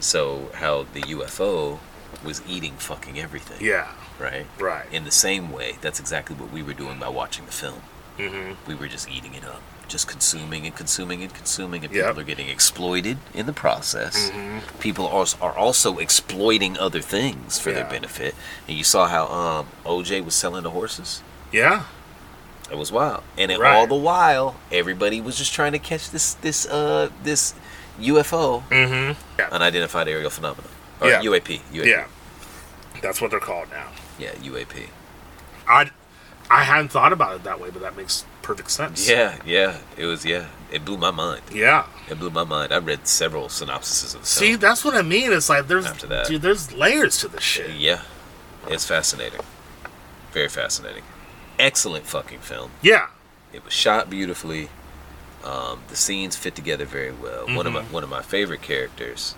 Speaker 2: So how the UFO was eating fucking everything,
Speaker 3: Yeah.
Speaker 2: right?
Speaker 3: Right.
Speaker 2: In the same way, that's exactly what we were doing by watching the film. Mm-hmm. We were just eating it up, just consuming and consuming and consuming, and
Speaker 3: Yep. Mm-hmm.
Speaker 2: people are getting exploited in the process. People are, are also exploiting other things for their
Speaker 3: Yeah.
Speaker 2: benefit. And you saw how um, OJ was selling the horses.
Speaker 3: Yeah.
Speaker 2: It was wild, and then
Speaker 3: Right.
Speaker 2: all the while, everybody was just trying to catch this this uh this UFO,
Speaker 3: Mm-hmm.
Speaker 2: unidentified aerial phenomenon, or
Speaker 3: Yeah.
Speaker 2: UAP, UAP,
Speaker 3: Yeah. That's what they're called now.
Speaker 2: yeah, UAP.
Speaker 3: I I hadn't thought about it that way, but that makes perfect sense.
Speaker 2: Yeah, yeah, it was. Yeah, it blew my mind.
Speaker 3: Yeah.
Speaker 2: It blew my mind. I read several synopsises of the
Speaker 3: See, that's what I mean. It's like there's
Speaker 2: After that.
Speaker 3: dude, there's layers to this shit.
Speaker 2: film. Yeah, it's fascinating. Very fascinating. Excellent fucking film.
Speaker 3: Yeah.
Speaker 2: It was shot beautifully. Um, the
Speaker 3: Mm-hmm.
Speaker 2: scenes fit together very well. One of my one of my favorite characters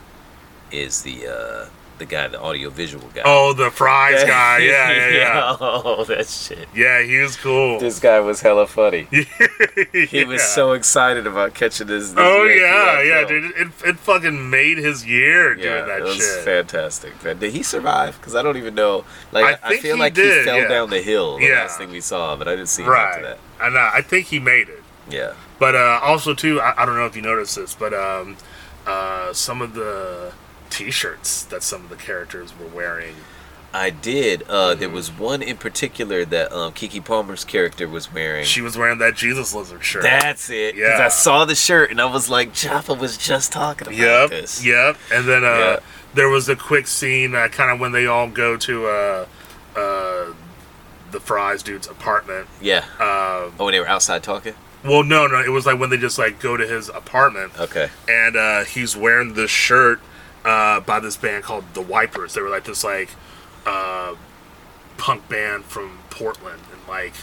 Speaker 2: is the uh, the guy, the audio visual guy.
Speaker 3: Oh, the fries guy. Yeah, yeah, yeah.
Speaker 2: Oh, that shit.
Speaker 3: Yeah, he was cool.
Speaker 2: This guy was hella funny. He
Speaker 3: Yeah.
Speaker 2: was so excited about catching this. this
Speaker 3: Oh
Speaker 2: Yankee
Speaker 3: yeah,
Speaker 2: Rock
Speaker 3: yeah,
Speaker 2: film.
Speaker 3: dude. It, it fucking made his year doing
Speaker 2: Yeah,
Speaker 3: that
Speaker 2: it was
Speaker 3: shit.
Speaker 2: fantastic. man. Did he survive? Because I don't even know. Like
Speaker 3: I
Speaker 2: I,
Speaker 3: think
Speaker 2: feel
Speaker 3: he
Speaker 2: like he
Speaker 3: did,
Speaker 2: fell
Speaker 3: yeah.
Speaker 2: down the hill. The
Speaker 3: Yeah.
Speaker 2: last thing we saw, but I didn't see him after
Speaker 3: Right.
Speaker 2: that.
Speaker 3: I know. I think he made it.
Speaker 2: Yeah.
Speaker 3: But uh, also too, I, I don't know if you noticed this, but um, uh, some of the T-shirts that some of the characters were wearing.
Speaker 2: I did. Uh, There
Speaker 3: Mm-hmm.
Speaker 2: was one in particular that um, Kiki Palmer's character was wearing.
Speaker 3: She was wearing that Jesus lizard shirt.
Speaker 2: That's it. Because
Speaker 3: Yeah.
Speaker 2: I saw the shirt and I was like, Jaffa was just talking about
Speaker 3: Yep.
Speaker 2: this.
Speaker 3: Yep. And then uh,
Speaker 2: Yeah.
Speaker 3: there was a quick scene, uh, kind of when they all go to uh, uh, the fries dude's apartment.
Speaker 2: Yeah.
Speaker 3: Uh,
Speaker 2: Oh, they were outside talking?
Speaker 3: well, no, no, it was like when they just like go to his apartment.
Speaker 2: Okay.
Speaker 3: and uh, he's wearing this shirt uh, by this band called The Wipers. They were like this like uh, punk band from Portland in like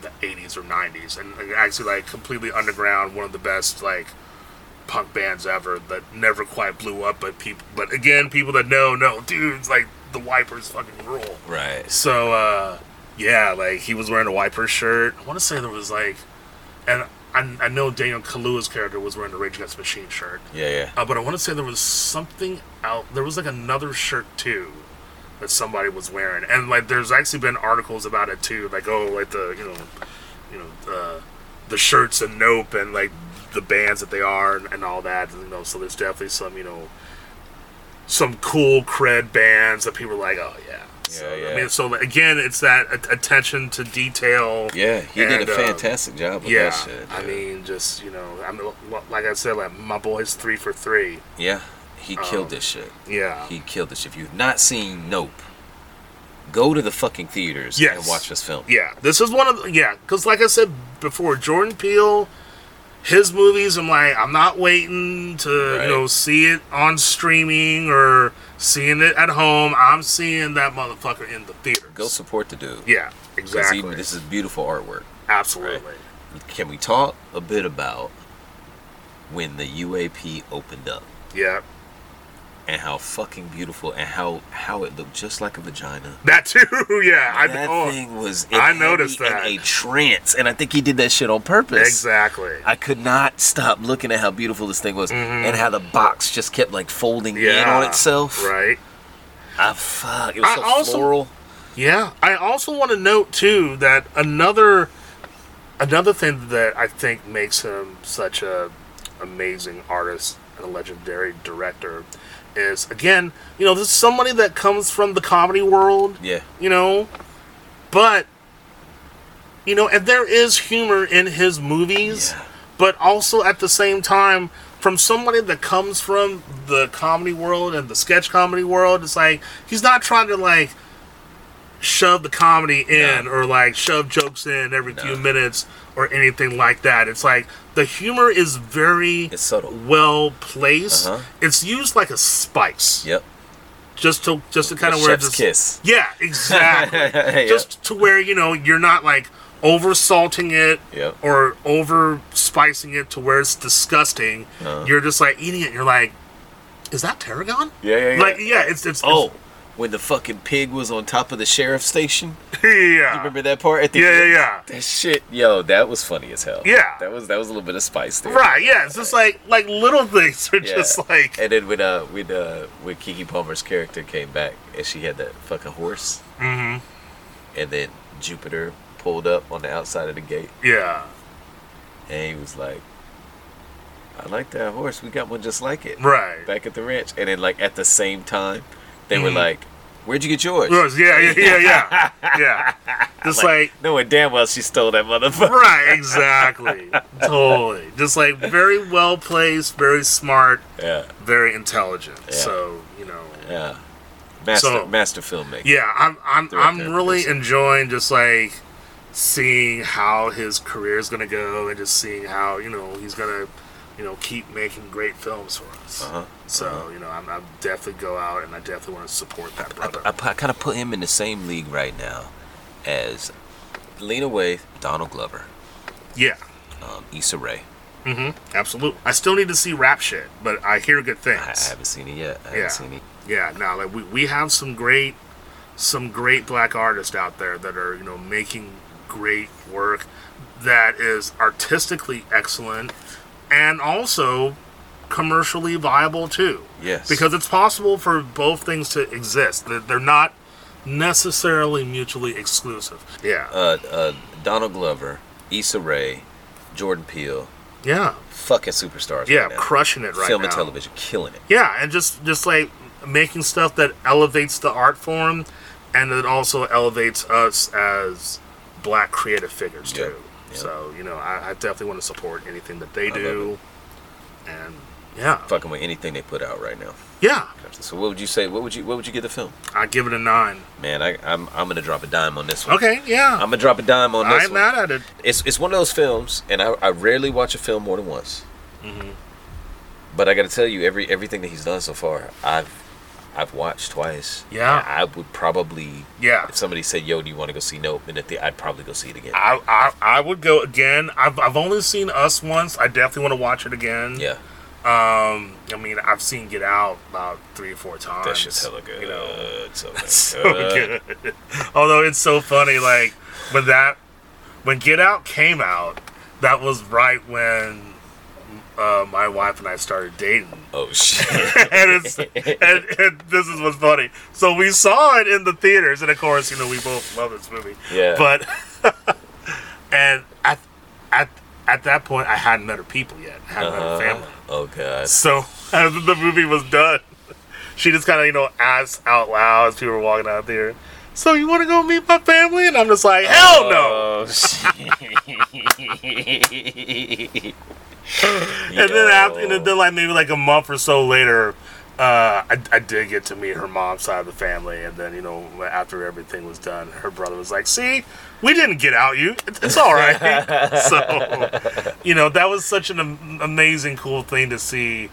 Speaker 3: the '80s or '90s, and like, actually like completely underground, one of the best like punk bands ever that never quite blew up. But people, but again, people that know, no, dudes like The Wipers fucking rule.
Speaker 2: Right.
Speaker 3: So uh yeah, like he was wearing a wiper shirt. I want to say there was like, and I, I know Daniel Kaluuya's character was wearing a Rage Against the Machine shirt,
Speaker 2: Yeah, yeah.
Speaker 3: uh, but I want to say there was something out. There was like another shirt too that somebody was wearing, and like there's actually been articles about it too, like oh, like the you know, you know, uh, the shirts and Nope and like the bands that they are and, and all that. You know, so there's definitely some you know, some cool cred bands that people are like, oh yeah. So,
Speaker 2: Yeah, yeah.
Speaker 3: I mean, so like, again, it's that a- attention to detail.
Speaker 2: Yeah, he did
Speaker 3: And,
Speaker 2: a
Speaker 3: uh,
Speaker 2: fantastic job with
Speaker 3: Yeah,
Speaker 2: that shit.
Speaker 3: I
Speaker 2: dude.
Speaker 3: mean, just you know, I mean, like I said, like my boy's three for three.
Speaker 2: yeah, he killed
Speaker 3: um,
Speaker 2: this shit.
Speaker 3: Yeah.
Speaker 2: He killed this. If you've not seen Nope, go to the fucking theaters
Speaker 3: Yes.
Speaker 2: and watch this film.
Speaker 3: yeah. This is one of the, yeah, because like I said before, Jordan Peele, his movies, I'm like, I'm not waiting to
Speaker 2: Right.
Speaker 3: you know see it on streaming or seeing it at home. I'm seeing that motherfucker in the theater.
Speaker 2: Go support the dude.
Speaker 3: Yeah,
Speaker 2: 'Cause he-
Speaker 3: exactly.
Speaker 2: this is beautiful artwork.
Speaker 3: Absolutely.
Speaker 2: Can we talk a bit about when the UAP opened up
Speaker 3: Yeah,
Speaker 2: and how fucking beautiful and how how it looked just like a vagina?
Speaker 3: that too. Yeah, I
Speaker 2: that
Speaker 3: oh,
Speaker 2: thing was.
Speaker 3: I
Speaker 2: had me
Speaker 3: noticed that.
Speaker 2: in a trance, and I think he did that shit on purpose.
Speaker 3: exactly.
Speaker 2: I could not stop looking at how beautiful this thing was, and how the box just kept like folding in
Speaker 3: Mm-hmm. Yeah,
Speaker 2: on itself.
Speaker 3: Right.
Speaker 2: I Ah, fuck. It was
Speaker 3: I
Speaker 2: so
Speaker 3: also-
Speaker 2: floral.
Speaker 3: Yeah, I also want to note too that another another thing that I think makes him such a amazing artist and a legendary director is again, you know, this is somebody that comes from the comedy world,
Speaker 2: Yeah.
Speaker 3: you know, but you know, and there is humor in his movies,
Speaker 2: Yeah.
Speaker 3: but also at the same time from somebody that comes from the comedy world and the sketch comedy world, it's like he's not trying to like shove the comedy in or like shove jokes in every few minutes or anything like that. It's like the humor is very
Speaker 2: It's subtle.
Speaker 3: well placed.
Speaker 2: Uh-huh.
Speaker 3: It's used like a spice.
Speaker 2: Yep.
Speaker 3: Just to just to kind of where
Speaker 2: Chef's
Speaker 3: just
Speaker 2: kiss.
Speaker 3: yeah, exactly.
Speaker 2: Yeah.
Speaker 3: Just to where you know you're not like over salting it
Speaker 2: Yep.
Speaker 3: or over spicing it to where it's disgusting.
Speaker 2: Uh-huh.
Speaker 3: You're just like eating it. You're like, is that tarragon?
Speaker 2: Yeah, yeah, yeah.
Speaker 3: Like yeah, it's it's
Speaker 2: Oh, when the fucking pig was on top of the sheriff's station.
Speaker 3: it's- yeah.
Speaker 2: Remember that part at the
Speaker 3: Uh, yeah,
Speaker 2: end?
Speaker 3: yeah, yeah.
Speaker 2: That shit, yo, that was funny as hell.
Speaker 3: Yeah.
Speaker 2: That was that was a little bit of spice there.
Speaker 3: Right, yeah. It's just like like little things are
Speaker 2: Yeah.
Speaker 3: just like
Speaker 2: And then when uh when uh when Kiki Palmer's character came back and she had that fucking horse. Mm-hmm. And then Jupiter pulled up on the outside of the gate
Speaker 3: yeah.
Speaker 2: and he was like, I like that horse. We got one just like it.
Speaker 3: Right.
Speaker 2: Back at the ranch. And then like at the same time, they
Speaker 3: Mm-hmm.
Speaker 2: were like, Where'd you get yours?
Speaker 3: Yes, Yeah, yeah, yeah, yeah. Yeah. Just like,
Speaker 2: Knowing damn well she stole that motherfucker.
Speaker 3: right, exactly. totally. Just like very well placed, very smart,
Speaker 2: Yeah,
Speaker 3: very intelligent.
Speaker 2: Yeah.
Speaker 3: So, you know.
Speaker 2: yeah. Master
Speaker 3: So-
Speaker 2: master filmmaker.
Speaker 3: Yeah, I'm I'm
Speaker 2: Director,
Speaker 3: I'm really
Speaker 2: producer.
Speaker 3: enjoying just like seeing how his career is going to go and just seeing how, you know, he's going to, you know, keep making great films for us.
Speaker 2: Uh-huh,
Speaker 3: So, you know, I'm, I'm definitely go out and I definitely want to support that
Speaker 2: I,
Speaker 3: brother.
Speaker 2: I, kind of put him in the same league right now as Lena Waithe, Donald Glover,
Speaker 3: yeah. Mm-hmm.
Speaker 2: um, Issa Rae.
Speaker 3: hmm Absolutely. I still need to see rap shit, but I hear good
Speaker 2: I, I
Speaker 3: things.
Speaker 2: haven't seen it yet. I
Speaker 3: Yeah.
Speaker 2: haven't seen it.
Speaker 3: yeah, no, like we, we have some great some great black artists out there that are, you know, making great work that is artistically excellent and also commercially viable too.
Speaker 2: Yes.
Speaker 3: Because it's possible for both things to exist. They're, they're not necessarily mutually exclusive. Yeah.
Speaker 2: uh, uh, Donald Glover, Issa Rae, Jordan Peele,
Speaker 3: yeah.
Speaker 2: fucking superstars.
Speaker 3: Yeah,
Speaker 2: right now.
Speaker 3: crushing it right
Speaker 2: Film
Speaker 3: now.
Speaker 2: and television, killing it.
Speaker 3: Yeah, and just just like making stuff that elevates the art form, and it also elevates us as black creative figures
Speaker 2: Yeah,
Speaker 3: too.
Speaker 2: yeah.
Speaker 3: So you know, I, I definitely want to support anything that they
Speaker 2: love
Speaker 3: do, and yeah,
Speaker 2: Fucking with anything they put out right now.
Speaker 3: yeah,
Speaker 2: So what would you say? What would you What would you give the film?
Speaker 3: I give it a nine.
Speaker 2: Man, I, I'm I'm gonna drop a dime on this one.
Speaker 3: Okay, yeah,
Speaker 2: I'm gonna drop a dime on
Speaker 3: I
Speaker 2: this
Speaker 3: ain't
Speaker 2: one.
Speaker 3: mad at it.
Speaker 2: It's it's one of those films, and I, I rarely watch a film more than once.
Speaker 3: Mm-hmm.
Speaker 2: But I got to tell you, every everything that he's done so far, I've I've watched twice.
Speaker 3: Yeah.
Speaker 2: I would probably
Speaker 3: Yeah.
Speaker 2: If somebody said, "Yo, do you want to go see Nope?" and if they, I'd probably go see it again.
Speaker 3: I, I, I would go again. I've, I've only seen Us once. I definitely want to watch it again.
Speaker 2: yeah,
Speaker 3: Um, I mean, I've seen Get Out about three or four times.
Speaker 2: that shit's hella good.
Speaker 3: You know,
Speaker 2: so
Speaker 3: so
Speaker 2: good.
Speaker 3: good. Although it's so funny, like when that when Get Out came out, that was right when uh, my wife and I started dating,
Speaker 2: Oh shit!
Speaker 3: and it's and, and this is what's funny. So we saw it in the theaters, and of course, you know, we both love this movie.
Speaker 2: Yeah.
Speaker 3: But and at at at that point, I hadn't met her people yet. I hadn't met her family.
Speaker 2: oh god.
Speaker 3: So as the movie was done, she just kind of you know asked out loud as people were walking out there. So you want to go meet my family? And I'm just like, hell no.
Speaker 2: Oh shit!
Speaker 3: and then after, and then like maybe like a month or so later, uh, I, I did get to meet her mom's side of the family. And then you know after everything was done, her brother was like, see, we didn't get out you. It's it's all right. so you know that was such an am- amazing, cool thing to see,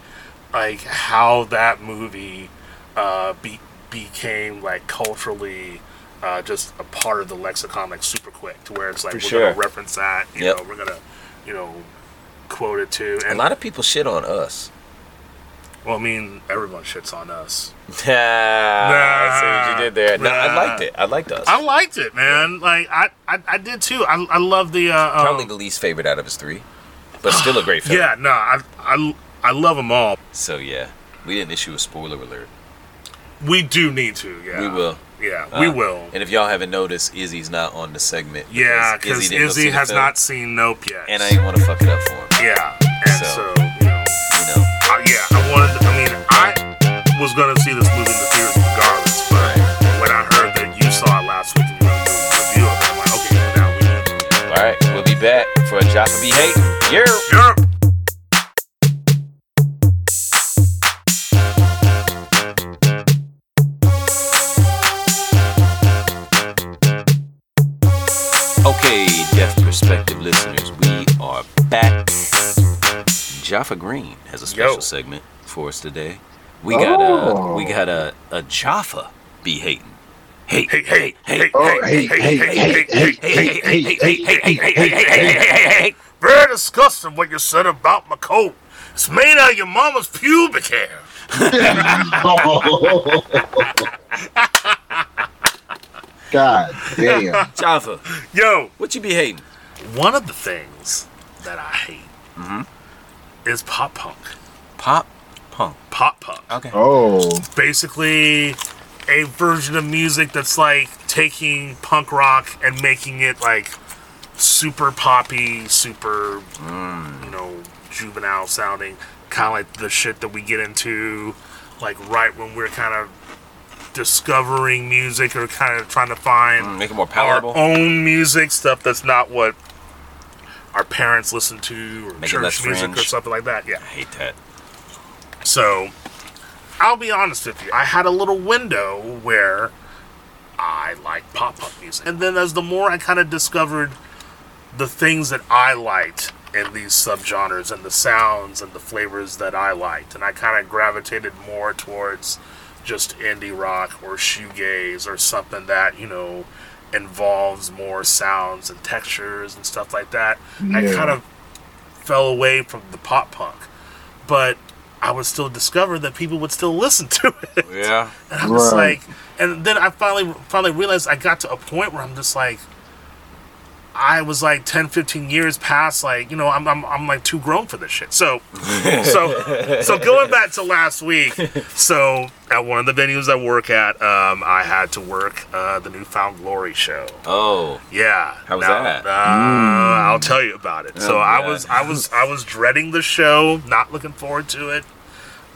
Speaker 3: like how that movie uh, be- became like culturally. Uh, just a part of the lexicon, like super quick, to where it's like
Speaker 2: For
Speaker 3: we're
Speaker 2: sure.
Speaker 3: gonna reference that, you
Speaker 2: Yep.
Speaker 3: know, we're gonna, you know, quote it to,
Speaker 2: a
Speaker 3: and
Speaker 2: lot of people shit on us.
Speaker 3: well, I mean, everyone shits on us.
Speaker 2: nah, I see what you did there. No, I
Speaker 3: Nah.
Speaker 2: liked it. I liked us.
Speaker 3: I liked it, man. Like I, I, I did too. I, I love the. Uh, um,
Speaker 2: Probably the least favorite out of his three, but still a great film.
Speaker 3: yeah, no, I, I, I love them all.
Speaker 2: So yeah, we didn't issue a spoiler alert.
Speaker 3: We do need to. Yeah,
Speaker 2: We will.
Speaker 3: Yeah,
Speaker 2: Uh,
Speaker 3: we will.
Speaker 2: And if y'all haven't noticed, Izzy's not on the segment.
Speaker 3: Yeah, because Izzy,
Speaker 2: didn't go see the
Speaker 3: has
Speaker 2: film,
Speaker 3: not seen Nope yet.
Speaker 2: And I didn't want to fuck it up for him.
Speaker 3: yeah, and
Speaker 2: So.
Speaker 3: so, you know,
Speaker 2: You know.
Speaker 3: I, yeah, I wanted. To, I mean, I was gonna see this movie in the theaters regardless, but when I heard that you saw it last week and you wanted to do a review of it, I'm like, okay, now we need to.
Speaker 2: All right, we'll be back for a Jaffa B hate. Yeah.
Speaker 3: Europe.
Speaker 2: Okay, Deaf Perspective listeners, we are back. Jaffa Green has a special
Speaker 3: Yo.
Speaker 2: segment for us today. We got a
Speaker 4: Oh.
Speaker 2: we got a, a Jaffa be hating. Hate,
Speaker 3: Hey, hey, hey,
Speaker 4: Oh,
Speaker 3: hey, hey, hey, hey, hey, hey,
Speaker 4: hey, hey, hey, hey, hey, hey, hey, hey, hey, hey.
Speaker 3: Very disgusting what you said about my coat. It's made out of your mama's pubic hair.
Speaker 4: God damn.
Speaker 2: Jaffa,
Speaker 3: Yo,
Speaker 2: what you be hating?
Speaker 3: one of the things that I hate
Speaker 2: Mm-hmm.
Speaker 3: is pop punk.
Speaker 2: Pop punk.
Speaker 3: Pop punk.
Speaker 2: Okay.
Speaker 4: Oh.
Speaker 3: Basically, a version of music that's like taking punk rock and making it like super poppy, super, you know, juvenile sounding. Kind of like the shit that we get into, like right when we're kind of discovering music or kind of trying to find
Speaker 2: Mm, Make it more
Speaker 3: our
Speaker 2: palatable.
Speaker 3: own music stuff that's not what our parents listen to or
Speaker 2: Make it less
Speaker 3: church music or
Speaker 2: fringe.
Speaker 3: something like that. Yeah.
Speaker 2: I hate that.
Speaker 3: So I'll be honest with you. I had a little window where I liked pop punk music. And then as the more I kind of discovered the things that I liked in these subgenres and the sounds and the flavors that I liked, and I kind of gravitated more towards just indie rock or shoegaze or something that, you know, involves more sounds and textures and stuff like that. I
Speaker 4: Yeah.
Speaker 3: kind of fell away from the pop punk. But I would still discover that people would still listen to it.
Speaker 2: Yeah.
Speaker 3: And I'm just
Speaker 4: Right.
Speaker 3: like, and then I finally finally realized I got to a point where I'm just like, I was like 10, 15 years past, like you know, I'm I'm, I'm like too grown for this shit. So, so, so going back to last week, so at one of the venues I work at, um, I had to work uh, the Newfound Glory show.
Speaker 2: Oh.
Speaker 3: Yeah.
Speaker 2: How was
Speaker 3: Now-
Speaker 2: that? Mm.
Speaker 3: Uh, I'll tell you about it. so
Speaker 2: Oh,
Speaker 3: I
Speaker 2: yeah.
Speaker 3: was I was I was dreading the show, not looking forward to it.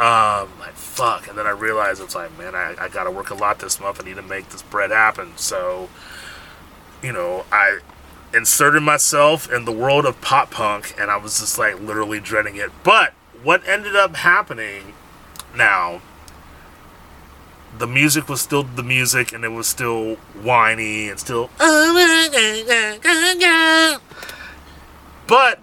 Speaker 3: Um, like fuck, and then I realized it's like, man, I, I gotta work a lot this month. I need to make this bread happen. So, you know, I inserted myself in the world of pop punk, and I was just like literally dreading it. But what ended up happening now the music was still the music and it was still whiny and still but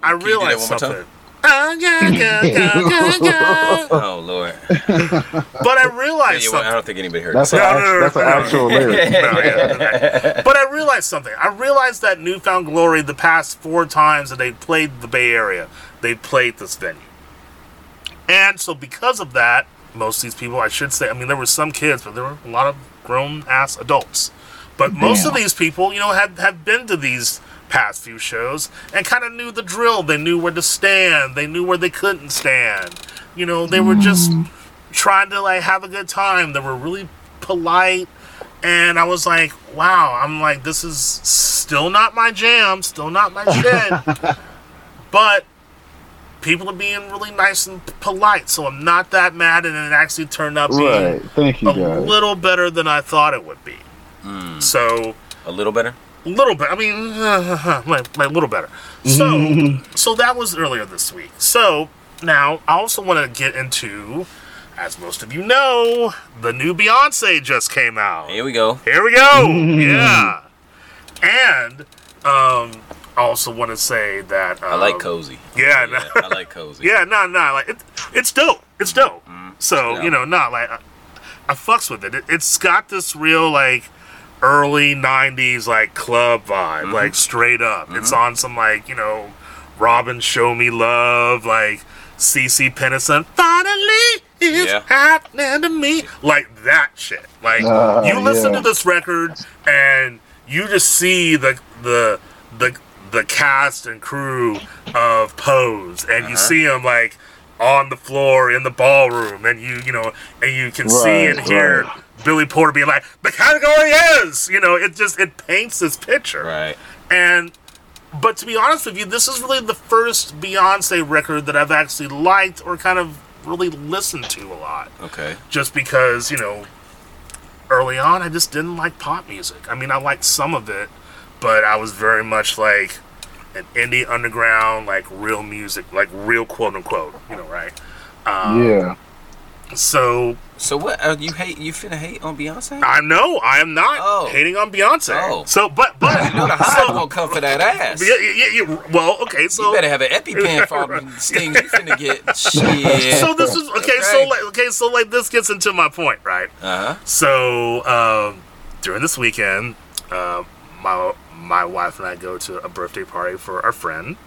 Speaker 3: i
Speaker 2: you do that
Speaker 3: realized
Speaker 2: one more time?
Speaker 3: something but
Speaker 2: Oh Lord.
Speaker 3: i realized
Speaker 2: You- I
Speaker 3: something
Speaker 2: don't think anybody heard.
Speaker 4: That's
Speaker 2: it.
Speaker 4: an
Speaker 3: No, no,
Speaker 4: act-
Speaker 3: no,
Speaker 4: that's an
Speaker 3: no, no.
Speaker 4: actual lyric.
Speaker 3: No, yeah, okay. but i realized something i realized that newfound glory the past four times that they played the bay area they played this venue and so because of that most of these people i should say i mean there were some kids but there were a lot of grown ass adults but most of
Speaker 4: Damn.
Speaker 3: these people you know had have been to these past few shows and kind of knew the drill they knew where to stand they knew where they couldn't stand you know they were just trying to like have a good time they were really polite and i was like wow i'm like this is still not my jam still not my shit but people are being really nice and p- polite, so I'm not that mad, and it actually turned out being
Speaker 4: Right. Thank you,
Speaker 3: a
Speaker 4: guys.
Speaker 3: little better than I thought it would be. So
Speaker 2: A little better.
Speaker 3: a little bit. I mean, like, like a little better. So, so that was earlier this week. So now I also want to get into, as most of you know, the new Beyonce just came out.
Speaker 2: Here we go.
Speaker 3: Here we go. Yeah. And um, I also want to say that um,
Speaker 2: I like cozy.
Speaker 3: Yeah, no.
Speaker 2: I like cozy.
Speaker 3: Yeah, no, no, like it, it's dope. It's dope.
Speaker 2: Mm-hmm.
Speaker 3: So
Speaker 2: Yeah.
Speaker 3: you know, not like I, I fucks with it. it. It's got this real like early '90s like club vibe,
Speaker 2: Mm-hmm.
Speaker 3: like straight up. It's on some like you know, Robin Show Me Love, like CC Pennison. Finally, it's
Speaker 2: Yeah.
Speaker 3: happening to me, like that shit. Like
Speaker 4: Ah,
Speaker 3: you listen
Speaker 4: yeah.
Speaker 3: to this record and you just see the the the the cast and crew of Pose, and you see them like on the floor in the ballroom, and you you know, and you can see
Speaker 4: Right,
Speaker 3: and hear
Speaker 4: right.
Speaker 3: Billy Porter being like, "The category is," you know, it just it paints this picture,
Speaker 2: Right.
Speaker 3: and but to be honest with you, this is really the first Beyonce record that I've actually liked or kind of really listened to a lot
Speaker 2: Okay.
Speaker 3: just because you know early on i just didn't like pop music i mean i liked some of it but i was very much like an indie underground like real music like real quote unquote you know right
Speaker 4: Yeah.
Speaker 3: so
Speaker 2: So what? Uh, you hate? You finna hate on Beyonce?
Speaker 3: i know i am not
Speaker 2: Oh.
Speaker 3: hating on beyonce
Speaker 2: Oh.
Speaker 3: so but but
Speaker 2: You know the hot
Speaker 3: so,
Speaker 2: gonna come for that ass.
Speaker 3: yeah, yeah, yeah, well okay so
Speaker 2: You better have an EpiPen for all the stings you finna get. Shit. Uh-huh.
Speaker 3: so this is okay, so
Speaker 2: Okay.
Speaker 3: like okay so like this gets into my point right
Speaker 2: uh huh.
Speaker 3: So um, during this weekend, uh, my my wife and I go to a birthday party for our friend,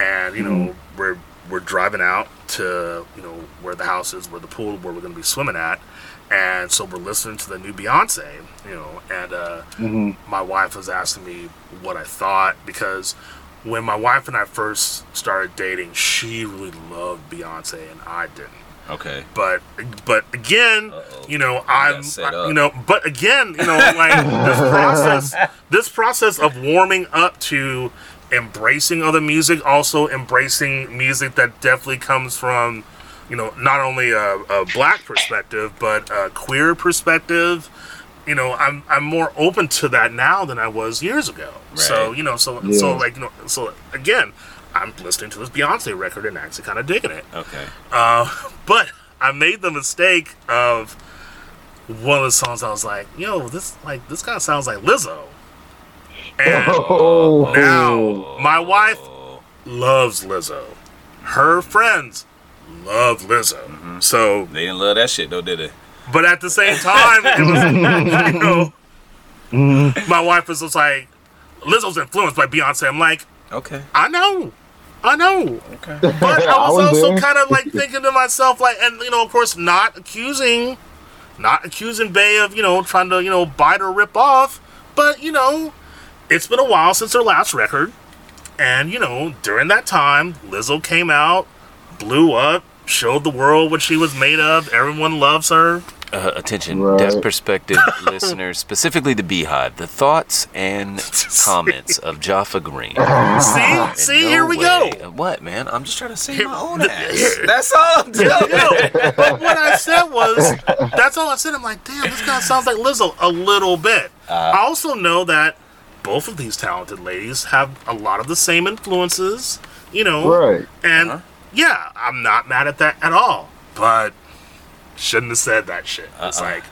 Speaker 3: and you know we're we're driving out to you know where the house is, where the pool, where we're gonna be swimming at, and so we're listening to the new Beyonce, you know, and uh,
Speaker 4: Mm-hmm.
Speaker 3: my wife was asking me what I thought because. When my wife and I first started dating, she really loved Beyonce and I didn't
Speaker 2: Okay.
Speaker 3: but but again,
Speaker 2: Uh-oh.
Speaker 3: you know,
Speaker 2: got
Speaker 3: I'm
Speaker 2: set
Speaker 3: I-
Speaker 2: up.
Speaker 3: you know, but again, you know, like this process, this process of warming up to embracing other music, also embracing music that definitely comes from, you know, not only a, a black perspective but a queer perspective. You know, I'm I'm more open to that now than I was years ago. So
Speaker 2: Right.
Speaker 3: you know, so
Speaker 4: Yeah.
Speaker 3: so like you know, so again, I'm listening to this Beyonce record and actually kind of digging it.
Speaker 2: Okay.
Speaker 3: Uh, but I made the mistake of one of the songs. I was like, "Yo, this like this kind of sounds like Lizzo." And
Speaker 4: Oh.
Speaker 3: now my wife loves Lizzo. Her friends love Lizzo. So,
Speaker 2: They didn't love that shit though, did they?
Speaker 3: but at the same time, it was you know, my wife was just like, "Lizzo's influenced by Beyonce." I'm like,
Speaker 2: Okay.
Speaker 3: "I know." I know.
Speaker 2: Okay.
Speaker 3: But I
Speaker 4: I
Speaker 3: was
Speaker 4: was
Speaker 3: also
Speaker 4: there.
Speaker 3: kind of like thinking to myself, like, and you know, of course, not accusing, not accusing Bay of you know trying to you know bite or rip off, but you know, it's been a while since their last record, and you know, during that time, Lizzo came out, blew up, showed the world what she was made of. Everyone loves her.
Speaker 2: Uh, attention,
Speaker 4: Right.
Speaker 2: Deaf Perspective listeners, specifically the Beehive, the thoughts and comments of Jaffa Green.
Speaker 4: Oh.
Speaker 3: See,
Speaker 2: In
Speaker 3: see,
Speaker 2: no
Speaker 3: here we
Speaker 2: way-
Speaker 3: go.
Speaker 2: Uh, What, man? I'm just trying to save
Speaker 3: Here-
Speaker 2: my own
Speaker 3: the-
Speaker 2: ass. That's all I'm
Speaker 3: No,
Speaker 2: doing.
Speaker 3: but what I said was, that's all I said. I'm like, damn, this kind of sounds like Lizzo a little bit. I also know that both of these talented ladies have a lot of the same influences, you know.
Speaker 4: Right.
Speaker 3: And yeah, I'm not mad at that at all. But shouldn't have said that shit. It's like,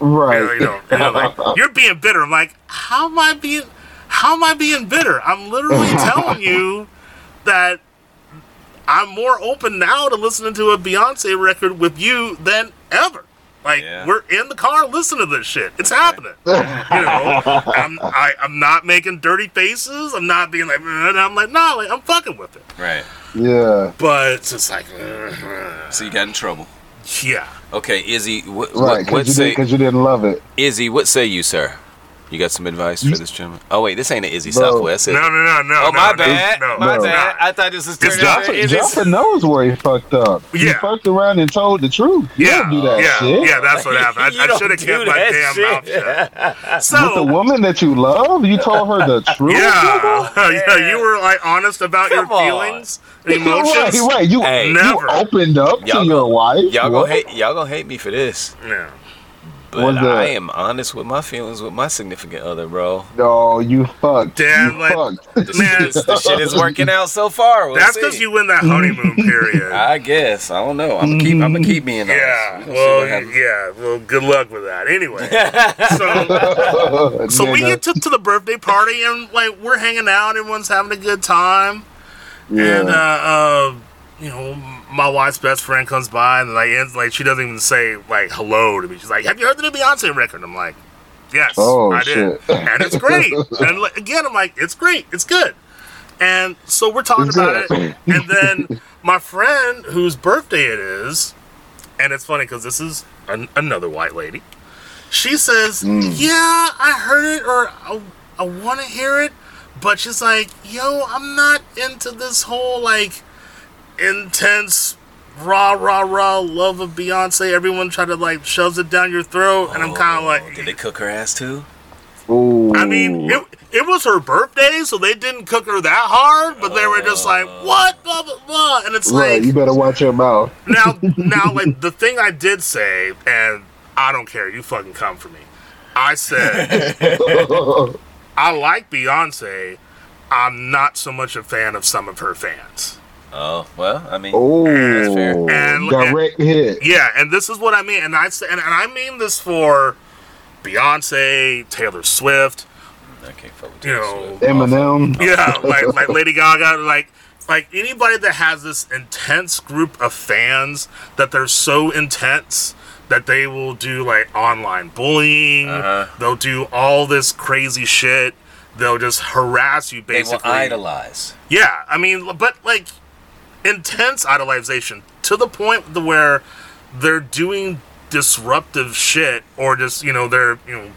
Speaker 3: you know,
Speaker 4: Right.
Speaker 3: you know, you know, like you're being bitter. I'm like, how am I being, how am I being bitter? I'm literally telling you that I'm more open now to listening to a Beyonce record with you than ever. Like
Speaker 2: Yeah.
Speaker 3: we're in the car listening to this shit. It's happening. You know, I'm I, I'm not making dirty faces. I'm not being like, "Ugh," I'm like, nah, like, I'm fucking with it.
Speaker 2: Right.
Speaker 4: Yeah.
Speaker 3: But it's just like, "Ugh."
Speaker 2: So you got in trouble.
Speaker 3: yeah.
Speaker 2: Okay, Izzy. What, what,
Speaker 4: Right.
Speaker 2: what
Speaker 4: Because you,
Speaker 2: say?
Speaker 4: did, you didn't love it.
Speaker 2: Izzy, what say you, sir? You got some advice for this gentleman? Oh wait, this ain't an Izzy
Speaker 4: Bro.
Speaker 2: Southwest. Is
Speaker 3: No, no,
Speaker 2: it?
Speaker 3: no, no.
Speaker 2: Oh
Speaker 3: no,
Speaker 2: my
Speaker 3: no,
Speaker 2: bad.
Speaker 3: No,
Speaker 2: my
Speaker 3: no,
Speaker 2: bad. I thought this was turning
Speaker 3: Jaffa-
Speaker 2: into Izzy's-
Speaker 4: Jaffa knows where he fucked up. He
Speaker 3: Yeah.
Speaker 4: fucked around and told the truth. You
Speaker 3: Yeah,
Speaker 4: don't do that
Speaker 3: yeah,
Speaker 4: shit.
Speaker 3: yeah. That's what happened.
Speaker 2: You
Speaker 3: I, I
Speaker 2: don't
Speaker 3: should have
Speaker 2: do
Speaker 3: kept my
Speaker 2: that
Speaker 3: damn
Speaker 2: shit.
Speaker 3: mouth shut.
Speaker 4: With the
Speaker 3: So,
Speaker 4: woman that you love, you told her the truth.
Speaker 3: yeah,
Speaker 4: nigga?
Speaker 3: yeah, you were like honest about
Speaker 2: Come
Speaker 3: your
Speaker 2: on.
Speaker 3: feelings, and emotions.
Speaker 4: Right, right. You,
Speaker 2: Hey.
Speaker 4: you
Speaker 3: Never.
Speaker 4: opened up
Speaker 2: Y'all
Speaker 4: to your wife.
Speaker 2: Y'all
Speaker 4: What?
Speaker 2: gonna hate y'all gonna hate me for this,
Speaker 3: Yeah.
Speaker 2: but
Speaker 4: What's that?
Speaker 2: I am honest with my feelings with my significant other, bro.
Speaker 4: No, you fucked.
Speaker 3: Damn,
Speaker 4: you
Speaker 3: like-
Speaker 4: fucked.
Speaker 2: This,
Speaker 3: Man.
Speaker 2: this, this shit is working out so far. We'll
Speaker 3: That's
Speaker 2: see.
Speaker 3: because you in that honeymoon period.
Speaker 2: I guess I don't know. I'm gonna keep. I'm gonna keep being honest.
Speaker 3: Yeah.
Speaker 2: We gonna see what
Speaker 3: Well,
Speaker 2: happens.
Speaker 3: yeah. Well, good luck with that. Anyway, so so we
Speaker 4: Nigga.
Speaker 3: get took to the birthday party, and like we're hanging out, everyone's having a good time.
Speaker 4: yeah.
Speaker 3: And uh, uh, you know, my wife's best friend comes by and like ends like she doesn't even say like hello to me. She's like, "Have you heard the new Beyonce record?" I'm like, "Yes,
Speaker 4: Oh,
Speaker 3: I did,"
Speaker 4: shit.
Speaker 3: and it's great. and like, again, I'm like, "It's great. It's good." And so we're talking
Speaker 4: It's
Speaker 3: about
Speaker 4: good.
Speaker 3: it, and then my friend whose birthday it is, and it's funny because this is an- another white lady. She says,
Speaker 4: Hmm.
Speaker 3: "Yeah, I heard it, or I, I want to hear it, but she's like, yo, I'm not into this whole like intense rah rah rah love of Beyonce. Everyone try to like shoves it down your throat, and I'm kind of
Speaker 2: Oh, did they
Speaker 3: like,
Speaker 2: cook her ass too?
Speaker 4: Ooh.
Speaker 3: uh, I mean, it, it was her birthday, so they didn't cook her that hard, but they were just like,
Speaker 2: Oh.
Speaker 3: what, blah blah blah, and it's
Speaker 4: right.
Speaker 3: like,
Speaker 4: you better watch your mouth.
Speaker 3: now now like the thing I did say, and I don't care, you fucking come for me. I said I like Beyonce. I'm not so much a fan of some of her fans.
Speaker 2: Oh well, I mean,
Speaker 4: Oh,
Speaker 2: fair.
Speaker 3: And-
Speaker 4: direct hit.
Speaker 3: Yeah, and this is what I mean, and I s- and, and I mean this for Beyonce, Taylor Swift,
Speaker 2: I can't fuck with
Speaker 3: you
Speaker 2: Taylor
Speaker 3: know,
Speaker 2: Swift.
Speaker 4: Eminem.
Speaker 3: yeah, like like Lady Gaga, like like anybody that has this intense group of fans that they're so intense that they will do like online bullying.
Speaker 2: Uh-huh.
Speaker 3: They'll do all this crazy shit. They'll just harass you
Speaker 2: They will
Speaker 3: basically.
Speaker 2: idolize.
Speaker 3: Yeah, I mean, but like intense idolization to the point to where they're doing disruptive shit, or just you know they're you know,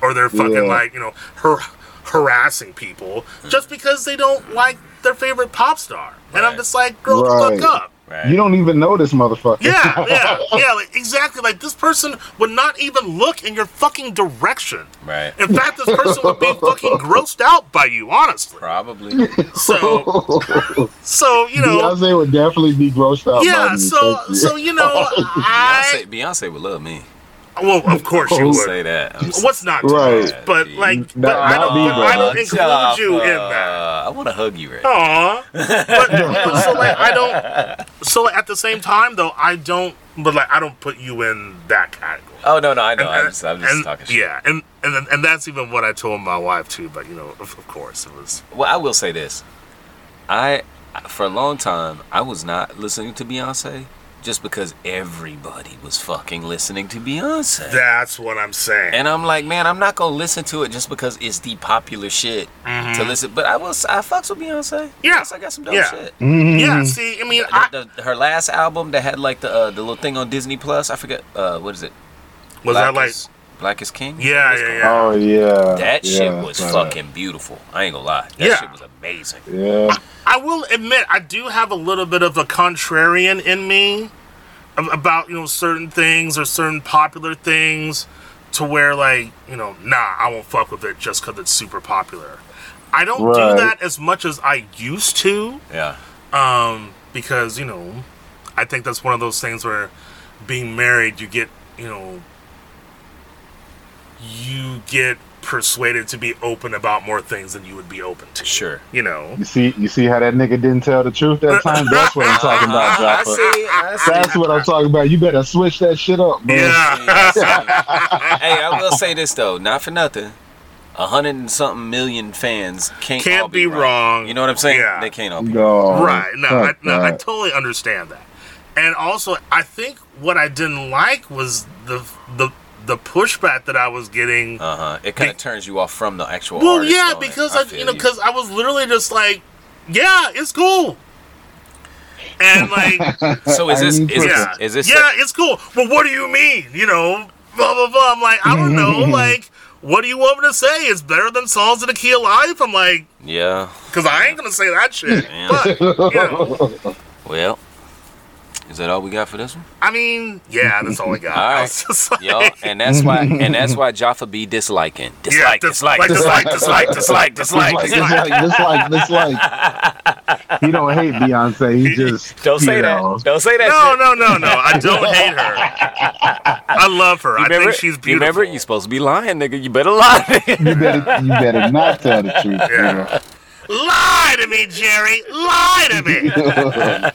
Speaker 3: or they're fucking
Speaker 4: Yeah.
Speaker 3: like you know her harassing people just because they don't like their favorite pop star, and I'm
Speaker 2: Right.
Speaker 3: just like, grow the
Speaker 4: Right.
Speaker 3: fuck up.
Speaker 2: Right.
Speaker 4: You don't even know this motherfucker.
Speaker 3: Yeah, yeah, yeah, like, exactly. Like this person would not even look in your fucking direction.
Speaker 2: right.
Speaker 3: In fact, this person would be fucking grossed out by you, honestly.
Speaker 2: Probably.
Speaker 3: So, so you know,
Speaker 4: Beyonce would definitely be grossed out. by
Speaker 3: yeah
Speaker 4: me.
Speaker 3: so
Speaker 4: Thank you.
Speaker 3: so you know
Speaker 4: Oh,
Speaker 3: i
Speaker 2: Beyonce, Beyonce would love me.
Speaker 3: well of course you
Speaker 2: Don't
Speaker 3: would
Speaker 2: say that. I'm
Speaker 3: what's not to
Speaker 4: Right.
Speaker 3: love? but like
Speaker 4: Not-
Speaker 3: but i
Speaker 4: not
Speaker 3: don't,
Speaker 4: me,
Speaker 3: but I
Speaker 4: bro.
Speaker 3: don't include you in that Oh.
Speaker 2: I want to hug you right now.
Speaker 3: Aw. but you know, so like i don't so like, at the same time though i don't but like i don't put you in that category
Speaker 2: Oh no, no, I know.
Speaker 3: And-
Speaker 2: I'm just, I'm just
Speaker 3: and-
Speaker 2: talking shit.
Speaker 3: Yeah, and, and then- and that's even what I told my wife too. But you know, of, of course, it was
Speaker 2: Well, I will say this. I, for a long time, I was not listening to Beyonce just because everybody was fucking listening to Beyonce.
Speaker 3: That's what I'm saying.
Speaker 2: and I'm like, man, I'm not gonna listen to it just because it's the popular shit to listen. But I was, I fucks with Beyonce.
Speaker 3: Mm-hmm. Yeah.
Speaker 2: Yes, I got some dope
Speaker 3: Yeah.
Speaker 2: shit.
Speaker 3: yeah, see, I mean, I,
Speaker 2: The- the- her last album that had like the uh, the little thing on Disney Plus. I forget uh, what is it. Black
Speaker 3: was that like,
Speaker 2: is, Black is King?
Speaker 3: yeah, yeah, yeah.
Speaker 4: Oh yeah.
Speaker 2: That
Speaker 4: yeah,
Speaker 2: shit was
Speaker 4: but,
Speaker 2: fucking beautiful. I ain't gonna lie. That
Speaker 3: Yeah.
Speaker 2: shit was amazing.
Speaker 4: Yeah.
Speaker 3: I will admit I do have a little bit of a contrarian in me ab- about you know certain things or certain popular things to where like you know nah I won't fuck with it just because it's super popular. I don't
Speaker 4: Right.
Speaker 3: do that as much as I used to
Speaker 2: Yeah.
Speaker 3: um, because you know I think that's one of those things where being married you get you know you get persuaded to be open about more things than you would be open to.
Speaker 2: Sure.
Speaker 3: You know.
Speaker 4: You see, you see how that nigga didn't tell the truth that time. That's what I'm talking about,
Speaker 2: I
Speaker 4: Dropper.
Speaker 2: see. I see.
Speaker 4: That's what I'm talking about. You better switch that shit up, man.
Speaker 3: Yeah.
Speaker 2: hey, I will say this though, not for nothing. A hundred and something million fans can't,
Speaker 3: Can't
Speaker 2: all be,
Speaker 3: be
Speaker 2: right.
Speaker 3: wrong.
Speaker 2: You know what I'm saying?
Speaker 3: Yeah.
Speaker 2: They can't all be.
Speaker 4: No,
Speaker 3: right. No, I,
Speaker 4: Oh, fuck
Speaker 3: no, I
Speaker 4: that.
Speaker 3: totally understand that. And also, I think what I didn't like was the the the pushback that I was getting.
Speaker 2: Uh huh. It kind
Speaker 3: Be-
Speaker 2: of turns you off from the actual.
Speaker 3: well,
Speaker 2: artist,
Speaker 3: yeah,
Speaker 2: though, and
Speaker 3: because I,
Speaker 2: feel
Speaker 3: you know, because I was literally just like, yeah, it's cool. And like,
Speaker 2: so is
Speaker 4: I
Speaker 2: this
Speaker 4: need
Speaker 2: is,
Speaker 3: yeah,
Speaker 2: this is this
Speaker 3: yeah, it's cool. Well, what do you mean? You know, blah blah blah. I'm like, I don't know. like, what do you want me to say? It's better than songs in the key of life. I'm like,
Speaker 2: yeah.
Speaker 3: because I ain't gonna say that shit.
Speaker 2: Yeah.
Speaker 3: But you know.
Speaker 2: Well, is that all we got for this one?
Speaker 3: I mean, yeah, that's all I got.
Speaker 2: All
Speaker 3: I
Speaker 2: right.
Speaker 3: was just like-
Speaker 2: Yeah, and that's why and that's why Jaffa be disliking. Dislike,
Speaker 3: dis-
Speaker 2: dislike,
Speaker 3: like,
Speaker 2: dislike,
Speaker 3: dislike,
Speaker 2: dislike, dislike, dislike,
Speaker 4: Dislike, dislike, dislike, dislike. He don't hate Beyonce. He just
Speaker 2: Don't say
Speaker 4: you
Speaker 2: that.
Speaker 4: know.
Speaker 2: Don't say that.
Speaker 3: no,
Speaker 2: shit.
Speaker 3: no, no, no. I don't hate her. I love her.
Speaker 2: You
Speaker 3: I
Speaker 2: remember-
Speaker 3: think she's
Speaker 2: You
Speaker 3: beautiful.
Speaker 2: remember, you're supposed to be lying, nigga. You better lie.
Speaker 4: You better, you better not tell the truth.
Speaker 3: Yeah. Lie to me, Jerry. Lie to me.
Speaker 4: Yeah.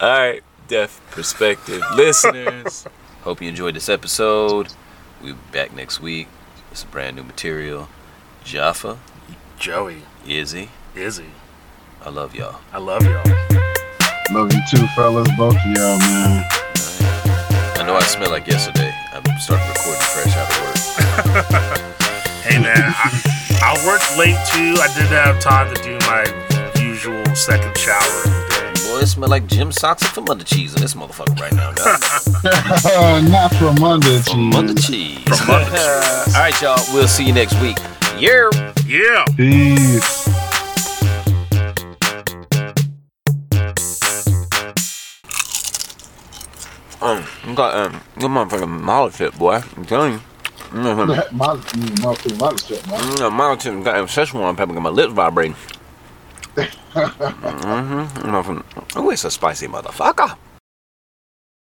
Speaker 2: All right, Deaf Perspective listeners. Hope you enjoyed this episode. We'll be back next week with some brand new material. Jaffa,
Speaker 3: Joey,
Speaker 2: Izzy,
Speaker 3: Izzy,
Speaker 2: I love y'all.
Speaker 3: I love y'all.
Speaker 4: Love you too, fellas. Both of y'all, man.
Speaker 2: I know I smell like yesterday. I'm starting recording fresh out of work.
Speaker 3: Hey, man, I, I worked late too. I didn't have time to do my usual second shower. thing.
Speaker 2: Boy, it smell like Jim socks and from under cheese in this motherfucker right now. dog.
Speaker 4: not from under,
Speaker 2: From under
Speaker 4: cheese.
Speaker 2: cheese. Uh, All right, y'all. We'll see you next week. Yeah.
Speaker 3: Yeah.
Speaker 4: Peace.
Speaker 2: Um, you got um, you motherfucking model shit, boy. I'm telling you. Mm-hmm.
Speaker 4: My, my, my, my shit, man.
Speaker 2: Mm, I'm out to got obsession on pepper. Got my lips vibrating. mm-hmm. Oh, it's a spicy motherfucker.